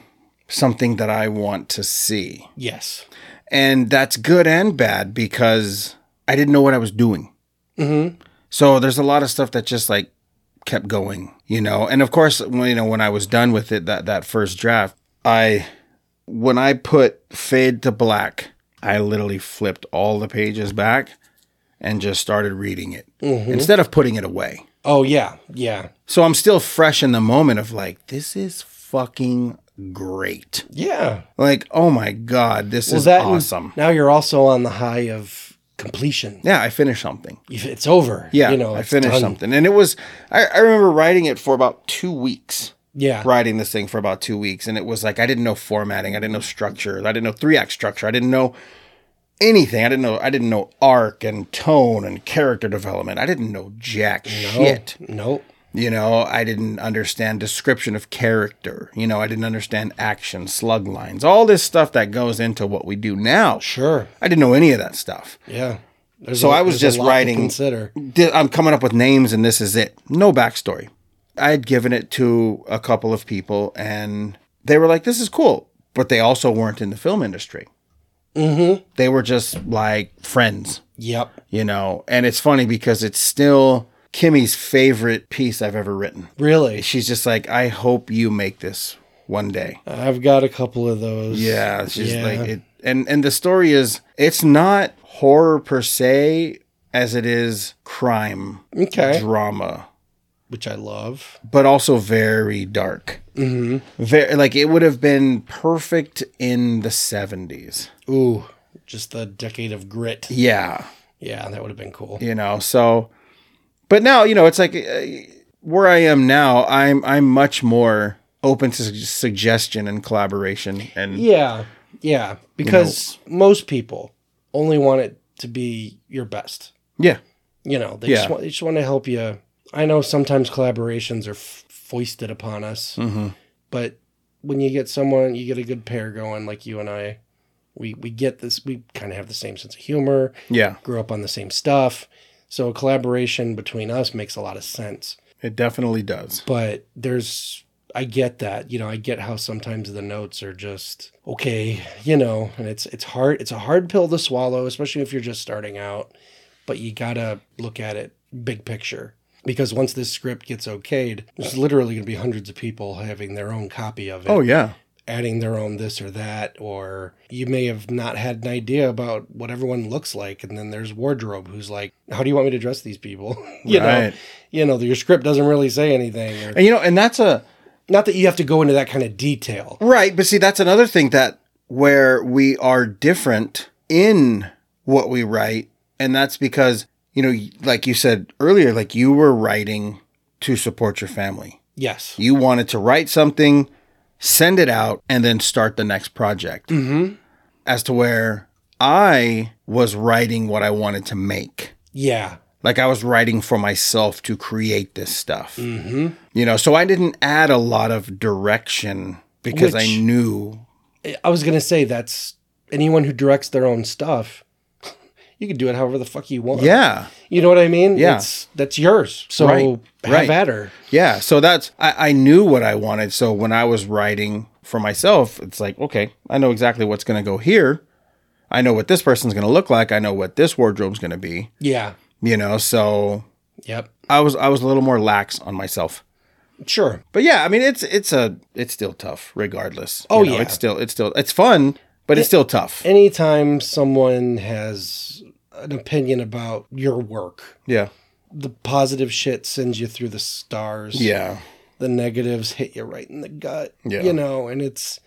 something that I want to see.
Yes.
And that's good and bad because I didn't know what I was doing.
Mhm.
So there's a lot of stuff that just like kept going, you know. And of course, when, you know, when I was done with it, that that first draft, I when I put fade to black, I literally flipped all the pages back and just started reading it
Mm-hmm.
instead of putting it away.
Oh yeah, yeah,
So I'm still fresh in the moment of like, this is fucking great.
yeah.
Like, oh my god, this is
that and
awesome.
Now you're also on the high of completion.
Yeah, I finished something.
If It's over.
Yeah,
you know,
I
it's
finished
done.
something, and it was. I, I remember writing it for about two weeks.
Yeah,
Writing this thing for about two weeks, and it was like I didn't know formatting, I didn't know structure, I didn't know three act structure, I didn't know anything. I didn't know I didn't know arc and tone and character development. I didn't know jack shit.
Oh, Nope.
You know, I didn't understand description of character. You know, I didn't understand action, slug lines, all this stuff that goes into what we do now.
Sure.
I didn't know any of that stuff.
Yeah. There's
So
I
I was just writing-
consider.
Di- I'm coming up with names and this is it. No backstory. I had given it to a couple of people and they were like, this is cool. But they also weren't in the film industry. Mm-hmm. They were just like friends,
Yep.
you know. And it's funny because it's still Kimmy's favorite piece I've ever written.
Really.
She's just like, I hope you make this one day.
I've got a couple of those.
Yeah, it's just
Yeah.
like it, and and the story is it's not horror per se as it is crime,
Okay.
drama,
Which I love.
but also very dark. Mm-hmm. Very like it would have been perfect in the seventies.
Ooh, just the decade of grit.
Yeah,
Yeah, that would have been cool.
you know. So, but now you know it's like uh, where I am now. I'm I'm much more open to su- suggestion and collaboration and
Yeah. Yeah. Because most people only want it to be your best.
yeah.
you know they
Yeah.
just want they just want to help you i know sometimes collaborations are f- foisted upon us.
mm-hmm.
But when you get someone, you get a good pair going, like you and I. We we get this. We kind of have the same sense of humor.
Yeah,
Grew up on the same stuff, so a collaboration between us makes a lot of sense.
it definitely does.
But there's, I get that. You know, I get how sometimes the notes are just okay. You know, and it's it's hard. It's a hard pill to swallow, especially if you're just starting out. But you gotta look at it big picture. Because once this script gets okayed, there's literally going to be hundreds of people having their own copy of it
Oh yeah,
adding their own this or that, or you may have not had an idea about what everyone looks like, and then there's wardrobe who's like, "How do you want me to dress these people?" you know,
Right.
you know, your script doesn't really say anything. Or,
and you know, and that's a
not that you have to go into that kind of detail.
Right, but see that's another thing that where we are different in what we write and that's because you know like you said earlier like you were writing to support your family.
Yes,
You wanted to write something, send it out and then start the next project. Mhm.
Mm-hmm.
As to where I was writing what I wanted to make
yeah,
like I was writing for myself to create this stuff. Mm-hmm. You know, so I didn't add a lot of direction because I
Which-
knew.
I- I was gonna say that's anyone who directs their own stuff. You can do it however the fuck you want.
Yeah,
you know what I mean.
Yeah.
it's, that's yours. So
Right,
have
right.
at her.
yeah. So that's I, I knew what I wanted. So when I was writing for myself, it's like okay, I know exactly what's going to go here. I know what this person's going to look like. I know what this wardrobe's going to be.
Yeah.
You know, so
Yep.
I was I was a little more lax on myself.
Sure.
But yeah, I mean it's it's a it's still tough regardless.
Oh, yeah.
it's still it's still it's fun, but it's still tough.
anytime someone has an opinion about your work,
yeah.
the positive shit sends you through the stars.
Yeah.
The negatives hit you right in the gut.
Yeah.
You know, and it's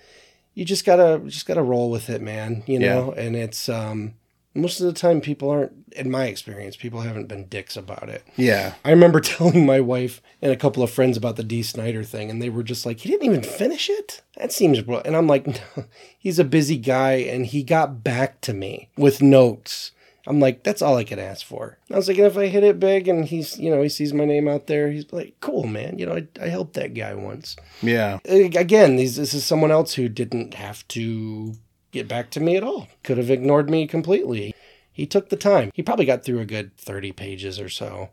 you just gotta just gotta roll with it, man. You know? And it's um most of the time people aren't in my experience, people haven't been dicks about it.
Yeah.
I remember telling my wife and a couple of friends about the D. Snyder thing, and they were just like, "He didn't even finish it." That seems, bro-" and I'm like, no, "He's a busy guy, and he got back to me with notes." I'm like, "That's all I could ask for." And I was like, "And if I hit it big, and he's, you know, he sees my name out there, he's like, cool, man. You know, I, I helped that guy once."
Yeah.
again, these, this is someone else who didn't have to get back to me at all. Could have ignored me completely. He took the time. He probably got through a good 30 pages or so.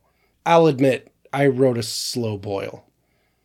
I'll admit, I wrote a slow boil.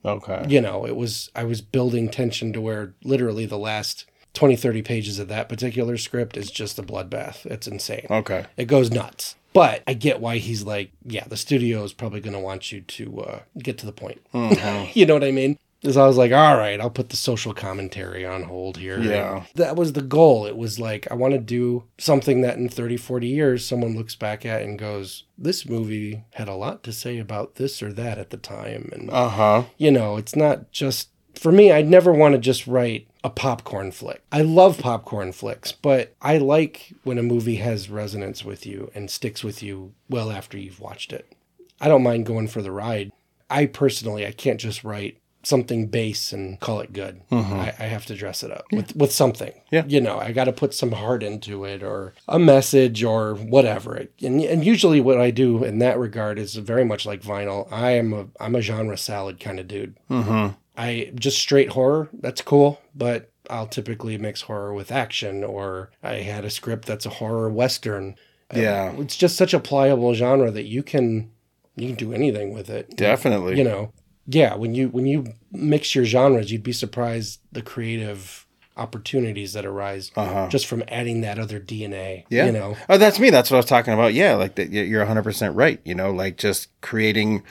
Okay.
You know, it was, I was building tension to where literally the last 20, 30 pages of that particular script is just a bloodbath. It's insane.
Okay.
It goes nuts. But I get why he's like, yeah, the studio is probably going to want you to uh, get to the point.
Mm-hmm.
you know what I mean? Because I was like, all right, I'll put the social commentary on hold here.
Yeah.
That was the goal. It was like, I want to do something that in 30, 40 years, someone looks back at and goes, this movie had a lot to say about this or that at the time. And,
Uh huh.
you know, it's not just for me, I never want to just write a popcorn flick. I love popcorn flicks, but I like when a movie has resonance with you and sticks with you well after you've watched it. I don't mind going for the ride. I personally, I can't just write something base and call it good. I, I have to dress it up with, with something.
Mm-hmm. Yeah.
You know, I got to put some heart into it or a message or whatever. And, and usually what I do in that regard is very much like vinyl. I am a, I'm a genre salad kind of dude.
Mm-hmm.
I just straight horror, that's cool, but I'll typically mix horror with action or I had a script that's a horror western.
Yeah.
It's just such a pliable genre that you can you can do anything with it.
Definitely.
You know. Yeah, when you when you mix your genres, you'd be surprised the creative opportunities that arise just from adding that other DNA.
Uh-huh. yeah.
You know.
Oh, that's me. That's what I was talking about. Yeah. Like that. y- You're 100 percent right. You know, like just creating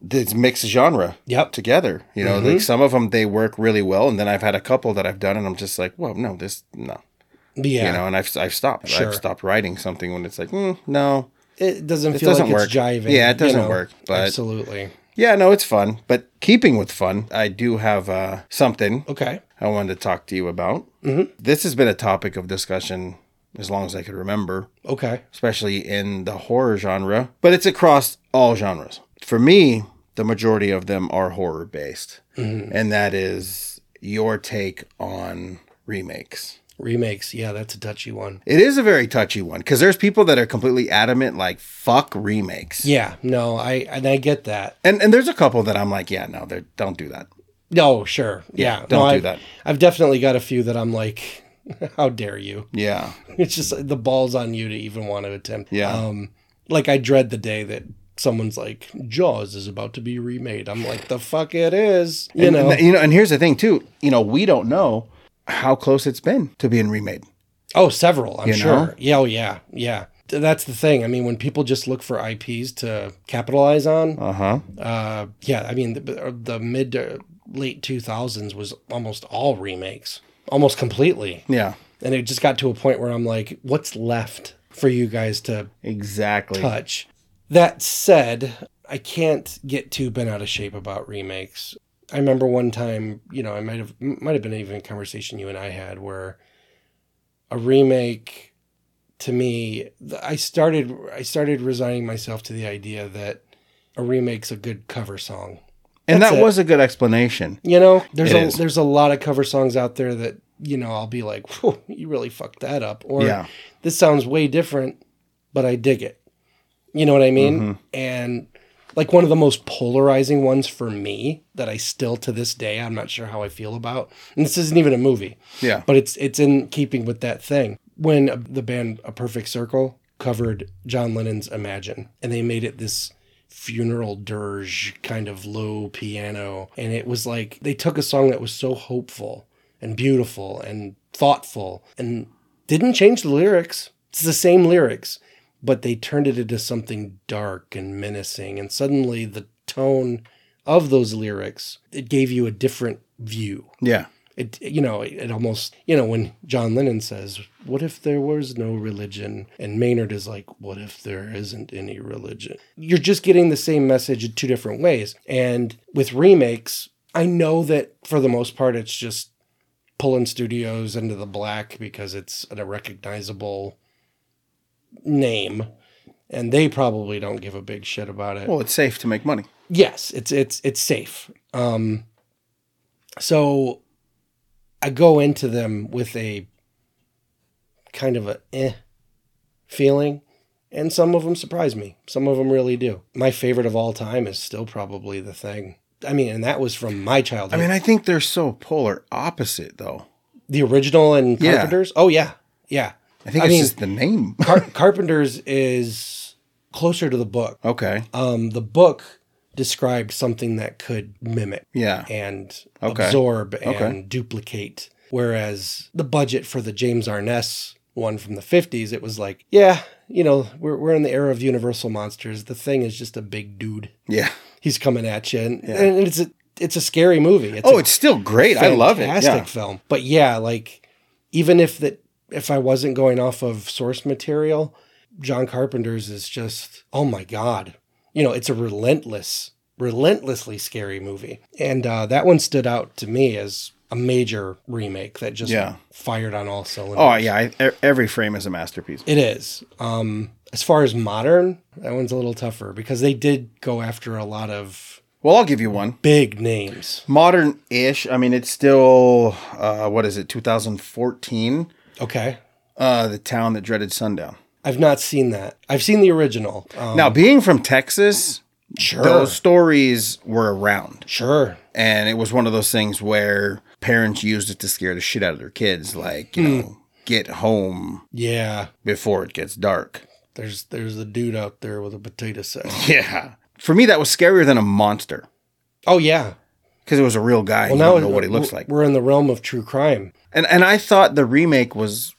this mixed genre
Yep.
together. You know,
Mm-hmm.
like some of them they work really well, and then I've had a couple that I've done, and I'm just like, well, no, this no.
Yeah.
You know, and I've I've stopped.
Sure.
I've stopped writing something when it's like, mm, no,
it doesn't
it
feel
doesn't
like
work.
it's jiving.
yeah, it
you
doesn't
know.
work. But
Absolutely.
yeah, no, it's fun. But keeping with fun, I do have uh, something
Okay.
I wanted to talk to you about.
Mm-hmm.
This has been a topic of discussion as long as I could remember,
Okay.
especially in the horror genre, but it's across all genres. For me, the majority of them are
Mm-hmm.
horror based, and that is your take on remakes.
Remakes. Yeah, that's a touchy one.
It is a very touchy one because there's people that are completely adamant, like fuck remakes.
Yeah, no, I and I get that.
And and there's a couple that I'm like, yeah, no, they don't do that.
No, sure. Yeah.
don't
no,
do
I've,
that.
I've definitely got a few that I'm like, how dare you?
Yeah,
It's just like, the ball's on you to even want to attempt.
Yeah.
Um, like I dread the day that someone's like, Jaws is about to be remade. I'm like, the fuck it is. You
And-
know.
and, you know. And here's the thing too. You know, we don't know how close it's been to being remade.
Oh, several, I'm
You
sure.
know?
Yeah, oh, yeah, yeah. Th- That's the thing. I mean, when people just look for IPs to capitalize on,
Uh huh.
uh, yeah, I mean, the, the mid to late 2000s was almost all remakes, almost completely.
Yeah.
And it just got to a point where I'm like, what's left for you guys to
Exactly.
touch? That said, I can't get too bent out of shape about remakes. I remember one time, you know, I might have might have been even a conversation you and I had where a remake to me th- I started I started resigning myself to the idea that a remake's a good cover song.
and that
that's it.
was a good explanation.
You know, there's
It
a
is.
there's a lot of cover songs out there that you know I'll be like, Whoa, you really fucked that up, or
Yeah.
this sounds way different, but I dig it. You know what I mean? And like one of the most polarizing ones for me that I still to this day I'm not sure how I feel about. And this isn't even a movie,
Yeah.
but it's it's in keeping with that thing when uh, the band A Perfect Circle covered John Lennon's Imagine, and they made it this funeral dirge kind of low piano and it was like they took a song that was so hopeful and beautiful and thoughtful and didn't change the lyrics it's the same lyrics but they turned it into something dark and menacing and suddenly the tone of those lyrics it gave you a different view
Yeah.
it you know it, it almost you know when john lennon says what if there was no religion and maynard is like what if there isn't any religion you're just getting the same message in two different ways and with remakes i know that for the most part it's just pulling studios into the black because it's a recognizable name and they probably don't give a big shit about it
Well, it's safe to make money.
yes it's it's it's safe um so i go into them with a kind of a eh feeling and some of them surprise me some of them really do my favorite of all time is still probably the thing i mean and that was from my
I
childhood
mean, I think they're so polar opposite, though.
the original and
Yeah.
carpenters oh yeah yeah
I think
I
it's
mean-
just the name.
Car- carpenters is closer to the book
okay.
um the book described something that could mimic
Yeah.
and
Okay.
absorb and
Okay.
duplicate. Whereas the budget for the James Arness one from the 50s, it was like, yeah, you know, we're, we're in the era of universal monsters. The thing is just a big dude.
Yeah.
He's coming at you. And, and it's a, it's a scary movie. It's
Oh,
a
it's still great. I love it.
fantastic
Yeah.
film. But yeah, like even if that if I wasn't going off of source material, John Carpenter's is just oh my god. You know, it's a relentless, relentlessly scary movie, and uh, that one stood out to me as a major remake that just
Yeah.
fired on all cylinders.
Oh, yeah. I, e- every frame is a masterpiece.
It is. Um, as far as modern, that one's a little tougher because they did go after a lot of
Well, I'll give you one.
big names.
Modern ish. I mean, it's still, uh, what is it, 2014?
Okay.
Uh, the Town That Dreaded Sundown.
I've not seen that. I've seen the original. Um,
Now, being from Texas,
sure.
those stories were around.
Sure.
And it was one of those things where parents used it to scare the shit out of their kids. Like, you
Hmm.
know, get home
Yeah.
before it gets dark.
There's there's a dude out there with a potato sack.
Yeah. For me, that was scarier than a monster
Oh yeah.
because it was a real guy.
Well
and
now
you don't know what he looks
we're-
like.
We're in the realm of true crime.
And and I thought the remake was,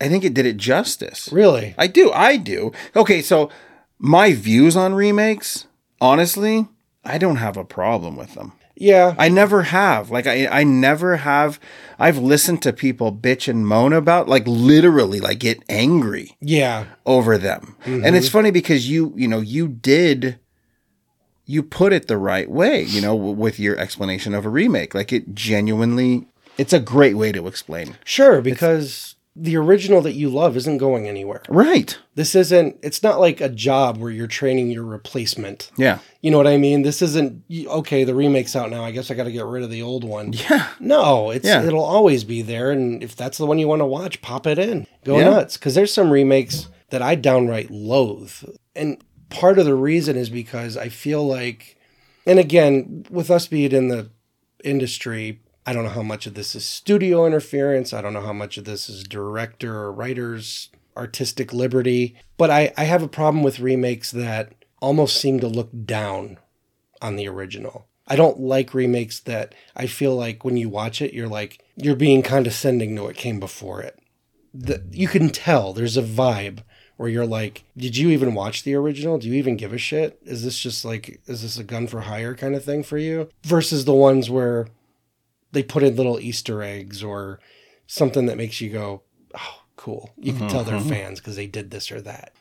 I think it did it justice.
Really?
I do, I do. Okay, so my views on remakes, honestly, I don't have a problem with them.
Yeah.
I never have. Like I, I never have. I've listened to people bitch and moan about, like literally, like get angry
yeah.
over them. And it's funny because you, you know, you did you put it the right way, you know, w- with your explanation of a remake. Like it genuinely it's a great way to explain.
Sure, because the original that you love isn't going anywhere.
Right.
This isn't, it's not like a job where you're training your replacement.
Yeah.
You know what I mean? This isn't, y- okay, the remake's out now. I guess I got to get rid of the old one.
Yeah.
No, it's
Yeah.
it'll always be there, and if that's the one you want to watch, pop it in, go
Yeah.
nuts. Because there's some remakes that I downright loathe, and part of the reason is because I feel like, and again, with us being in the industry, I don't know how much of this is studio interference. I don't know how much of this is director or writer's artistic liberty, but I, I have a problem with remakes that almost seem to look down on the original. I don't like remakes that I feel like when you watch it, you're like, you're being condescending to what came before it. The, you can tell there's a vibe where you're like, did you even watch the original? Do you even give a shit? Is this just like, is this a gun for hire kind of thing for you? Versus the ones where they put in little Easter eggs or something that makes you go, oh, cool. You can tell they're fans because they did this or that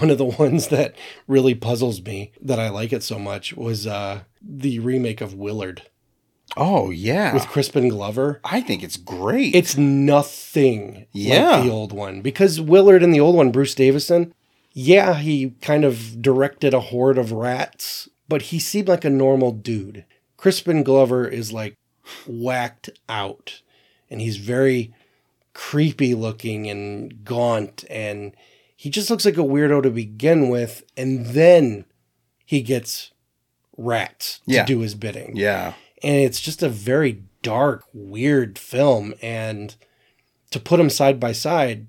one of the ones that really puzzles me that I like it so much was uh, the remake of Willard
Oh yeah.
with Crispin Glover.
I think it's great.
It's nothing
Yeah.
like the old one because Willard in the old one, Bruce Davison, yeah, he kind of directed a horde of rats, but he seemed like a normal dude. Crispin Glover is like whacked out and he's very creepy looking and gaunt and he just looks like a weirdo to begin with and then he gets rats to
Yeah.
do his bidding
yeah.
and it's just a very dark, weird film. And to put them side by side,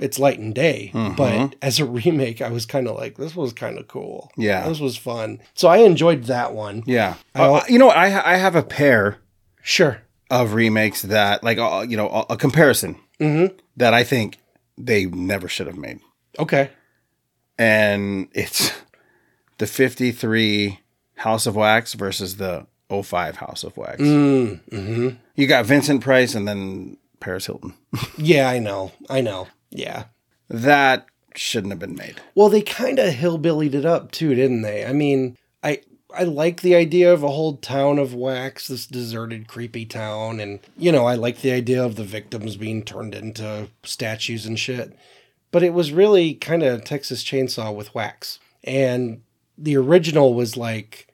it's light and day. But as a remake, I was kind of like, this was kind of cool.
Yeah.
this was fun. So I enjoyed that one.
Yeah.
I-
Uh, you know what? I ha- I have a pair
Sure.
of remakes that like uh, you know a, a comparison
Mm-hmm.
that I think they never should have made,
Okay.
and it's the '53 House of Wax versus the 05 House of Wax.
hmm
You got Vincent Price and then Paris Hilton.
Yeah, I know. I know. Yeah.
That shouldn't have been made.
Well, they kind of hillbillied it up too, didn't they? I mean, I I like the idea of a whole town of wax, this deserted, creepy town, and you know, I like the idea of the victims being turned into statues and shit. But it was really kind of Texas Chainsaw with wax, and the original was like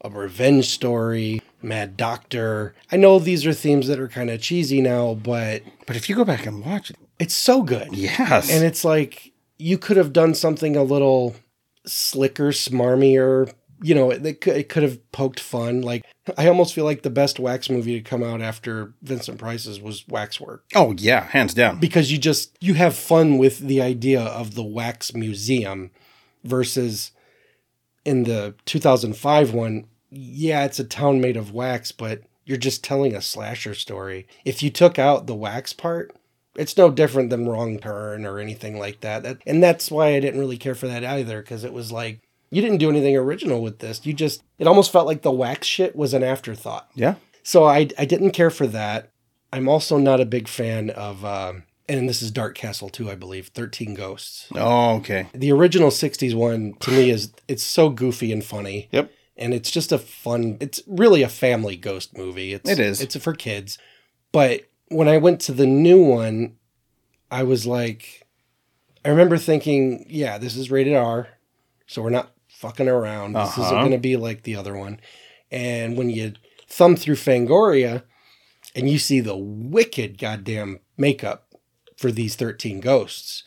a revenge story, Mad Doctor. I know these are themes that are kind of cheesy now, but
But if you go back and watch it,
it's so good.
yes,
And it's like you could have done something a little slicker, smarmier. You know, it, it, could, it could have poked fun. Like I almost feel like the best Wax movie to come out after Vincent Price's was Waxwork
oh yeah, hands down.
because you just you have fun with the idea of the wax museum versus in the 2005 one yeah it's a town made of wax but you're just telling a slasher story if you took out the wax part it's no different than wrong turn or anything like that, that and that's why i didn't really care for that either because it was like you didn't do anything original with this you just it almost felt like the wax shit was an afterthought
yeah,
so I I didn't care for that. I'm also not a big fan of um, and this is Dark Castle too, I believe. Thirteen Ghosts.
oh okay,
The original '60s one to me is it's so goofy and funny.
Yep.
And it's just a fun. It's really a family ghost movie. It's,
It is.
It's for kids. But when I went to the new one, I was like, I remember thinking, yeah, this is rated R, so we're not fucking around. This isn't
Uh-huh.
going to be like the other one. And when you thumb through Fangoria, and you see the wicked goddamn makeup for these 13 ghosts.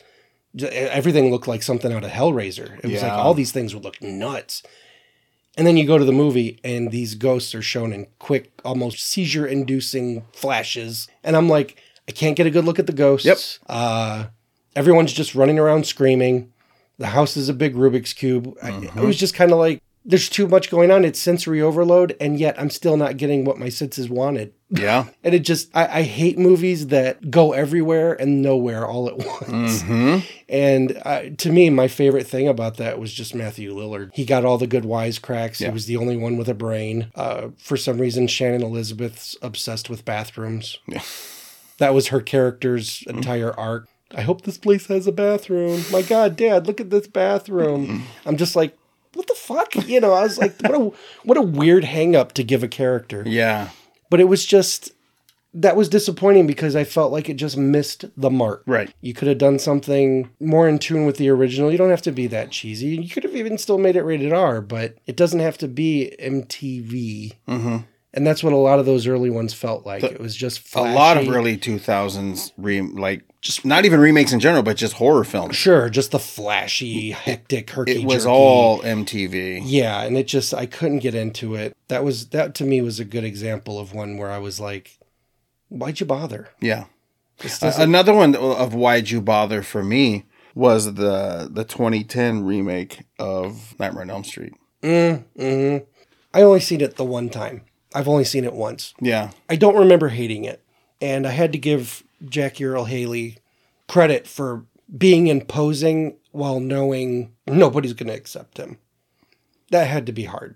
J- e, Everything looked like something out of Hellraiser. It was like
Yeah.
all these things would look nuts. And then you go to the movie and these ghosts are shown in quick, almost seizure inducing flashes. And I'm like, I can't get a good look at the ghosts.
Yep.
Uh, everyone's just running around screaming. The house is a big Rubik's Cube. I- it
Uh-huh.
was just kind of like, there's too much going on. It's sensory overload. And yet I'm still not getting what my senses wanted.
yeah,
And it just, I, I hate movies that go everywhere and nowhere all at once. And uh, to me, my favorite thing about that was just Matthew Lillard. He got all the good wisecracks. He was the only one with a brain. Uh, for some reason, Shannon Elizabeth's obsessed with bathrooms. That was her character's entire arc. I hope this place has a bathroom. My God, Dad, look at this bathroom. I'm just like, what the fuck? You know, I was like, what a what a weird hang up to give a character
yeah.
but it was just that was disappointing because I felt like it just missed the mark.
Right.
You could have done something more in tune with the original. You don't have to be that cheesy. You could have even still made it rated R, but it doesn't have to be MTV. Mm-hmm. And that's what a lot of those early ones felt like. it was just
A lot of
flashy.
early 2000s, re- like just not even remakes in general, but just horror films.
sure, just the flashy, hectic, herky.
It was
jerky.
all MTV.
yeah, and it just I couldn't get into it. That was that to me was a good example of one where I was like, why'd you bother?
Yeah.
This
Uh,
doesn't-
another one of why'd you bother for me was the the 2010 remake of Nightmare on Elm Street.
hmm I only seen it the one time. I've only seen it once.
Yeah.
I don't remember hating it. And I had to give Jackie Earl Haley credit for being imposing while knowing nobody's going to accept him. That had to be hard.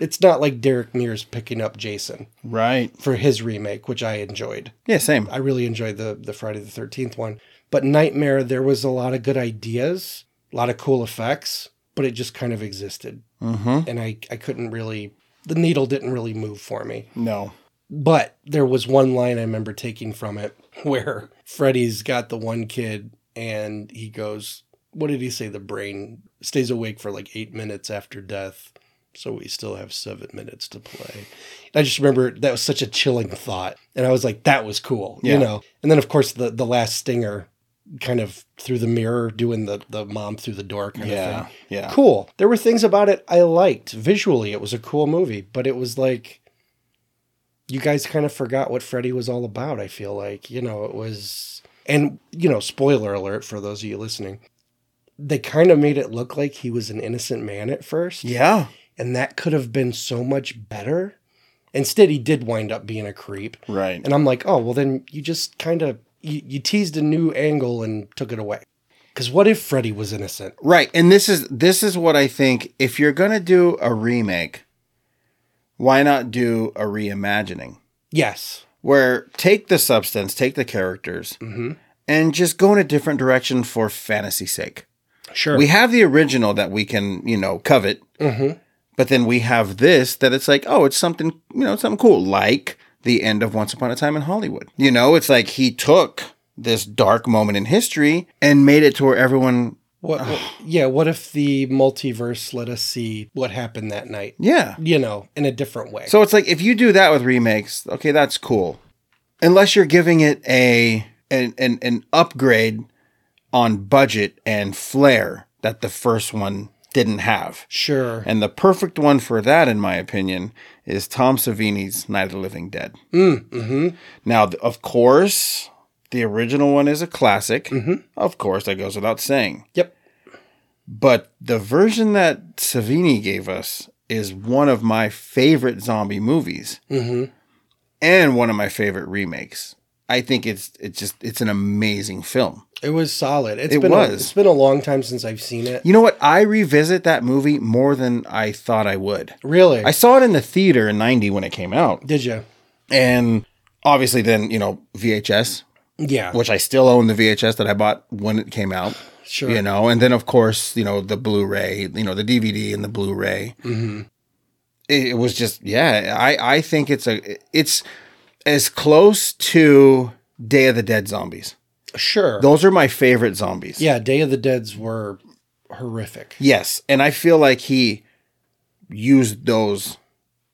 It's not like Derek Mears picking up Jason
Right.
for his remake, which I enjoyed.
Yeah, same.
I really enjoyed the the Friday the Thirteenth one. But Nightmare, there was a lot of good ideas, a lot of cool effects, but it just kind of existed, mm-hmm. and I I couldn't really. The needle didn't really move for me.
No.
But there was one line I remember taking from it where Freddy's got the one kid and he goes, What did he say? The brain stays awake for like eight minutes after death. So we still have seven minutes to play. I just remember that was such a chilling thought. And I was like, that was cool.
Yeah.
You know? And then of course the the last stinger kind of through the mirror doing the, the mom through the door kind of thing
Yeah. Yeah.
cool. There were things about it I liked. Visually, it was a cool movie, but it was like you guys kind of forgot what Freddy was all about, I feel like. You know, it was and you know, spoiler alert for those of you listening. They kind of made it look like he was an innocent man at first,
Yeah.
and that could have been so much better. Instead, he did wind up being a creep.
Right.
And I'm like, oh, well, then you just kind of you, you teased a new angle and took it away. Because what if Freddy was innocent?
Right. And this is this is what I think if you're going to do a remake, why not do a reimagining?
Yes.
Where take the substance, take the characters,
Mm-hmm.
and just go in a different direction for fantasy sake.
Sure.
We have the original that we can, you know, covet. But then we have this that it's like, oh, it's something, you know, something cool, like the end of Once Upon a Time in Hollywood. You know, it's like he took this dark moment in history and made it to where everyone,
What, what- yeah, what if the multiverse let us see what happened that night?
yeah.
You know, in a different way.
So it's like if you do that with remakes, okay, that's cool. Unless you're giving it a an an, an upgrade on budget and flair that the first one didn't have.
sure.
And the perfect one for that, in my opinion, is Tom Savini's Night of the Living Dead.
Mm, mm-hmm,
Now, th- of course, the original one is a classic. Of course, that goes without saying.
Yep.
But the version that Savini gave us is one of my favorite zombie movies
mm-hmm.
and one of my favorite remakes. I think it's it's just it's an amazing film.
It was solid. It's
It
been
was.
A, it's been a long time since I've seen it.
You know what? I revisit that movie more than I thought I would.
Really?
I saw it in the theater in 90 when it came out.
Did you?
And obviously then, you know, VHS,
Yeah.
which I still own the VHS that I bought when it came out.
Sure.
You know, and then of course, you know, the Blu-ray, you know, the DVD and the Blu-ray. Mm-hmm. It, it was just, yeah, I, I think it's a, it's as close to Day of the Dead zombies.
Sure.
Those are my favorite zombies.
yeah, Day of the Deads were horrific.
Yes, and I feel like he used those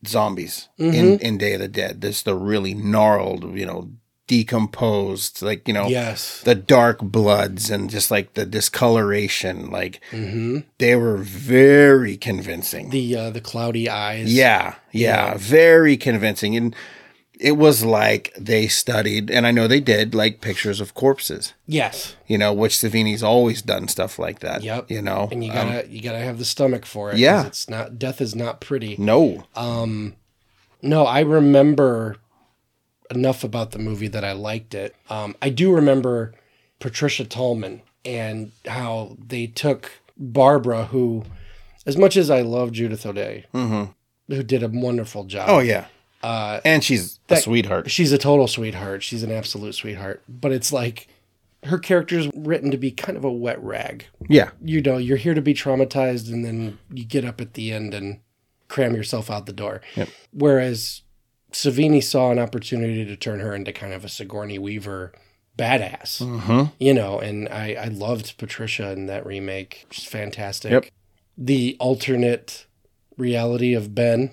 zombies
Mm-hmm.
in, in Day of the Dead. This the really gnarled, you know, decomposed, like you know,
Yes.
the dark bloods and just like the discoloration. Like
hmm
they were very convincing.
The uh, the cloudy eyes.
yeah, yeah,
Yeah.
very convincing, and it was like they studied, and I know they did, like pictures of corpses.
Yes.
You know, which Savini's always done stuff like that.
Yep.
You know,
And you
Um,
gotta you gotta have the stomach for it. 'cause
Yeah.
It's not death is not pretty.
no.
Um, no, I remember enough about the movie that I liked it. Um, I do remember Patricia Tallman and how they took Barbara, who, as much as I love Judith O'Day, who did a wonderful job.
Mm-hmm. Oh yeah.
Uh,
and she's a
that-
sweetheart.
she's a total sweetheart. She's an absolute sweetheart. But it's like her character's written to be kind of a wet rag
Yeah,
you know, you're here to be traumatized, and then you get up at the end and cram yourself out the door.
Yep.
Whereas Savini saw an opportunity to turn her into kind of a Sigourney Weaver badass,
Mm-hmm.
you know, and I, I loved Patricia in that remake. She's fantastic.
Yep.
The alternate reality of Ben,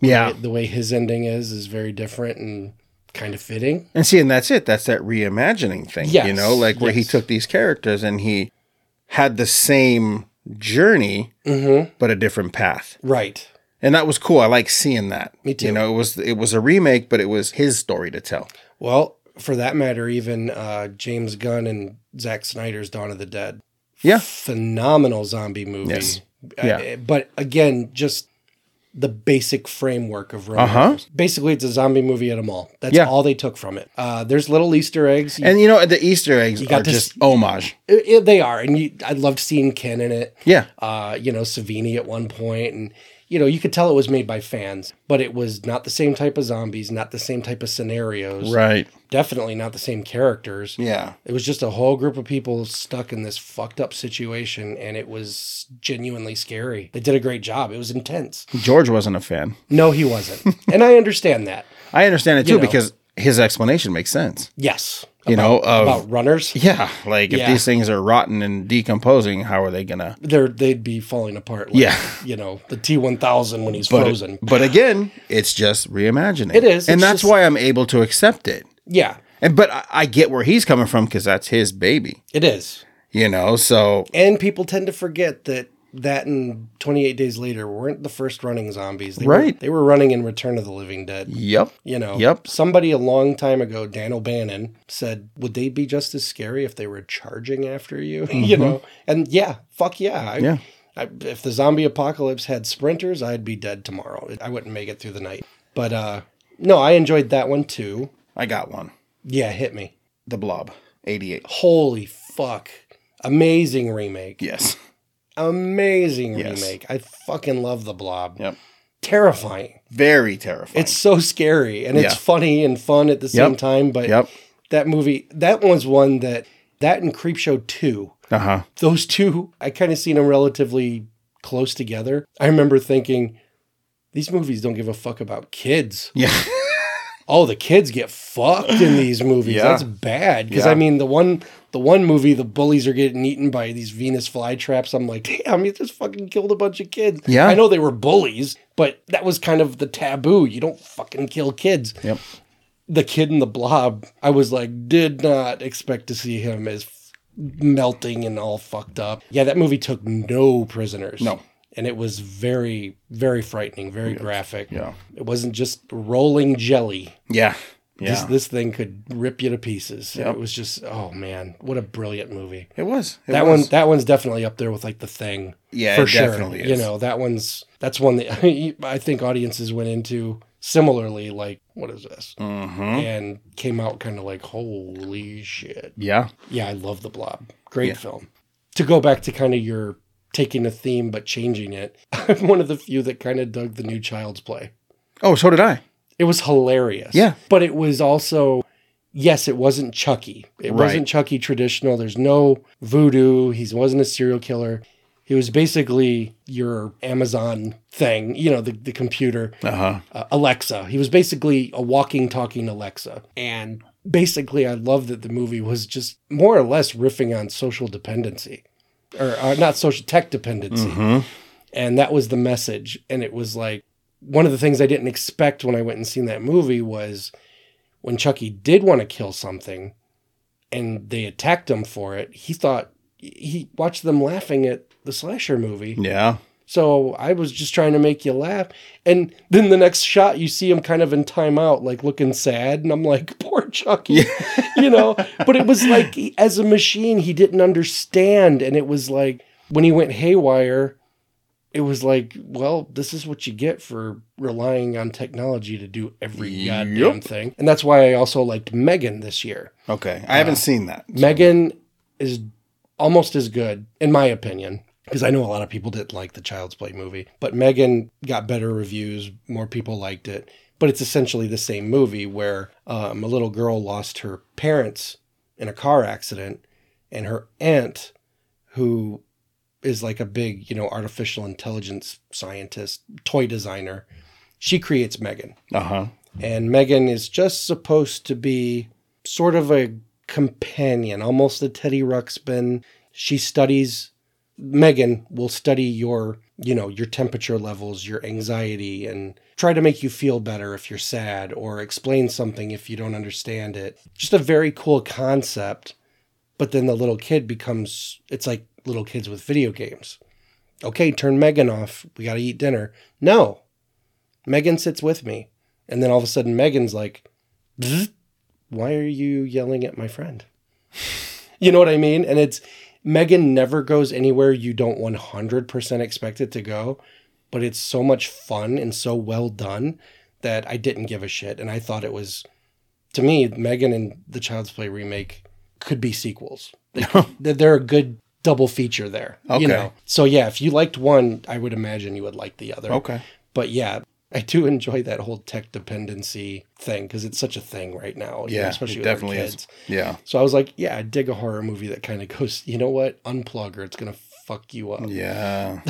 Yeah.
the way his ending is, is very different and kind of fitting.
And see, and that's it. That's that reimagining thing, you
Yes,
know, like where he
yes.
took these characters and he had the same journey, but a different path.
Mm-hmm. Right.
And that was cool. I like seeing that.
Me too.
You know, it was it was a remake, but it was his story to tell.
Well, for that matter, even uh, James Gunn and Zack Snyder's Dawn of the Dead.
Yeah.
Phenomenal zombie movie.
Yes.
Uh,
Yeah.
but again, just the basic framework of Roman.
Uh-huh.
numbers. Basically, it's a zombie movie at a mall. That's
Yeah.
all they took from it. Uh, there's little Easter eggs. You-
And you know, the Easter eggs
got
are
this-
just homage.
it- it- they are. And you, I loved seeing Ken in it.
Yeah.
Uh, you know, Savini at one point, And, you know, you could tell it was made by fans, but it was not the same type of zombies, not the same type of scenarios,
Right.
definitely not the same characters.
Yeah.
It was just a whole group of people stuck in this fucked up situation, and it was genuinely scary. They did a great job. It was intense.
George wasn't a fan.
No, he wasn't. and I understand that.
I understand it too
You know.
because his explanation makes sense.
Yes.
You know, of-
about runners,
Yeah. Like if
Yeah.
these things are rotten and decomposing, how are they gonna
they're, they'd be falling apart. Like,
Yeah.
You know, the T 1000 when he's
but,
frozen.
but again, it's just reimagining.
It is.
And
It's
that's
just-
why I'm able to accept it.
yeah,
And but I, I get where he's coming from because that's his baby,
it is.
you know. So
And people tend to forget that that and 28 Days Later weren't the first running zombies. They Were,
Right.
they were running in Return of the Living Dead.
yep,
You know,
Yep.
somebody a long time ago, Dan O'Bannon, said, Would they be just as scary if they were charging after you? you know, and yeah, fuck yeah. I,
Mm-hmm. Yeah.
I, if the zombie apocalypse had sprinters, I'd be dead tomorrow. I wouldn't make it through the night. But uh no, I enjoyed that one too.
I got one.
Yeah, hit me.
The Blob, eighty-eight.
Holy fuck. Amazing remake.
Yes.
Amazing
Yes.
remake. I fucking love the blob.
Yep.
Terrifying.
Very terrifying.
It's so scary and it's
Yeah.
funny and fun at the same
Yep.
time, but
yep.
that movie that one's one that that and creepshow 2
Uh huh.
those two i kind of seen them relatively close together i remember thinking these movies don't give a fuck about kids
Yeah.
oh the kids get fucked in these movies
Yeah.
that's bad because
Yeah.
i mean the one the one movie the bullies are getting eaten by these venus flytraps i'm like damn you just fucking killed a bunch of kids
Yeah.
i know they were bullies but that was kind of the taboo you don't fucking kill kids
Yep.
the kid in the blob, I was like, did not expect to see him as f- melting and all fucked up. Yeah, that movie took no prisoners.
No.
And it was very, very frightening, very graphic.
Yeah.
It wasn't just rolling jelly.
Yeah. Yeah.
This, this thing could rip you to pieces. And
Yep.
It was just, oh man, what a brilliant movie.
it was. It
That
was.
one, that one's definitely up there with like the thing.
Yeah,
for
it
sure.
definitely
You
is.
know, that one's that's one that I think audiences went into similarly. Like, what is this?
Mhm.
and came out kind of like, holy shit.
Yeah.
Yeah, I love The Blob. Great film. To go back to kind of your taking a theme but changing it, I'm one of the few that kind of dug the new Child's Play.
Oh, so did I.
It was hilarious.
Yeah.
But it was also, yes, it wasn't Chucky. It
Right.
wasn't Chucky traditional. There's no voodoo. He wasn't a serial killer. He was basically your Amazon thing, you know, the, the computer
Uh huh.
uh, Alexa. He was basically a walking, talking Alexa. And basically, I love that the movie was just more or less riffing on social dependency or uh, not social tech dependency.
Mm-hmm.
And that was the message. And it was like one of the things I didn't expect when I went and seen that movie was when Chucky did want to kill something and they attacked him for it, he thought he watched them laughing at the slasher movie.
Yeah.
So I was just trying to make you laugh. And then the next shot, you see him kind of in timeout, like looking sad. And I'm like, poor Chucky, you know? But it was like, he- as a machine, he didn't understand. And it was like, when he went haywire, it was like, well, this is what you get for relying on technology to do every goddamn
Yup.
thing. And that's why I also liked Megan this year.
Okay. I haven't seen that.
Uh, Megan is almost as good, in my opinion, because I know a lot of people didn't like the Child's Play movie, but Megan got better reviews. More people liked it. But it's essentially the same movie where um, a little girl lost her parents in a car accident, and her aunt, who is like a big, you know, artificial intelligence scientist, toy designer, she creates Megan.
Uh huh.
And Megan is just supposed to be sort of a companion, almost a Teddy Ruxpin. She studies Megan will study your, you know, your temperature levels, your anxiety, and try to make you feel better if you're sad or explain something if you don't understand it. Just a very cool concept. But then the little kid becomes, it's like little kids with video games. Okay, turn Megan off. We got to eat dinner. No, Megan sits with me. And then all of a sudden, Megan's like, "Bzz, why are you yelling at my friend? You know what I mean? And it's, Megan never goes anywhere you don't 100% expect it to go, but it's so much fun and so well done that I didn't give a shit. And I thought it was, to me, Megan and the Child's Play remake could be sequels. They could- they're they're a good double feature there.
Okay.
You know? So, yeah, if you liked one, I would imagine you would like the other.
Okay.
But yeah, I do enjoy that whole tech dependency thing because it's such a thing right now. you know,
Yeah,
especially
it
with our
definitely
kids.
is. Yeah,
So I was like, yeah, I dig a horror movie that kind of goes, you know what? Unplug or it's going to fuck you up.
yeah.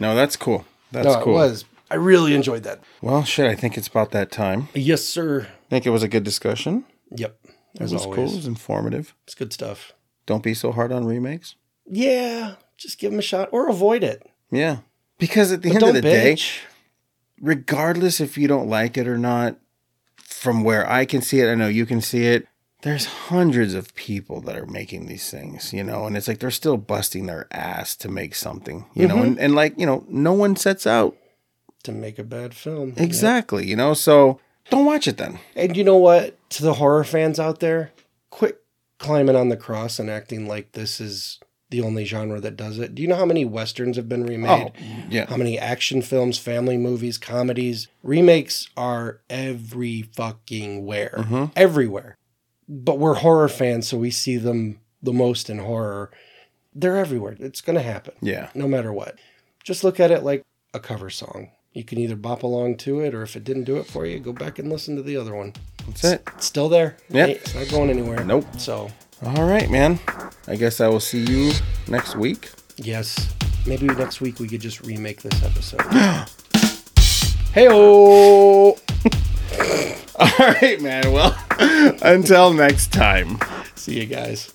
no, that's cool. That's
no,
cool.
it was. I really enjoyed that.
Well, shit. I think it's about that time.
Yes, sir.
I think it was a good discussion.
Yep.
It
As
was
always,
cool. It was informative.
It's good stuff.
Don't be so hard on remakes.
Yeah. Just give them a shot or avoid it.
Yeah, because at the
But
end of
don't
the day,
bitch.
regardless if you don't like it or not, from where I can see it, I know you can see it. There's hundreds of people that are making these things, you know, and it's like they're still busting their ass to make something, you know, and, and like, you know, no one sets out
To make a bad film.
exactly, you know, so don't watch it then.
And you know what? To the horror fans out there, quit climbing on the cross and acting like this is the only genre that does it. Do you know how many westerns have been remade?
yeah.
How many action films, family movies, comedies? Remakes are every fucking where,
Mm-hmm.
everywhere. But we're horror fans, so we see them the most in horror. They're everywhere. It's going to happen
Yeah.
no matter what. Just look at it like a cover song. You can either bop along to it, or if it didn't do it for you, go back and listen to the other one.
That's it.
It's still there.
Yep.
Ain't- It's not going anywhere.
Nope.
So,
All right, man. I guess I will see you next week.
yes, maybe next week we could just remake this episode. hey, oh,
All right, man. Well, until next time.
see you guys.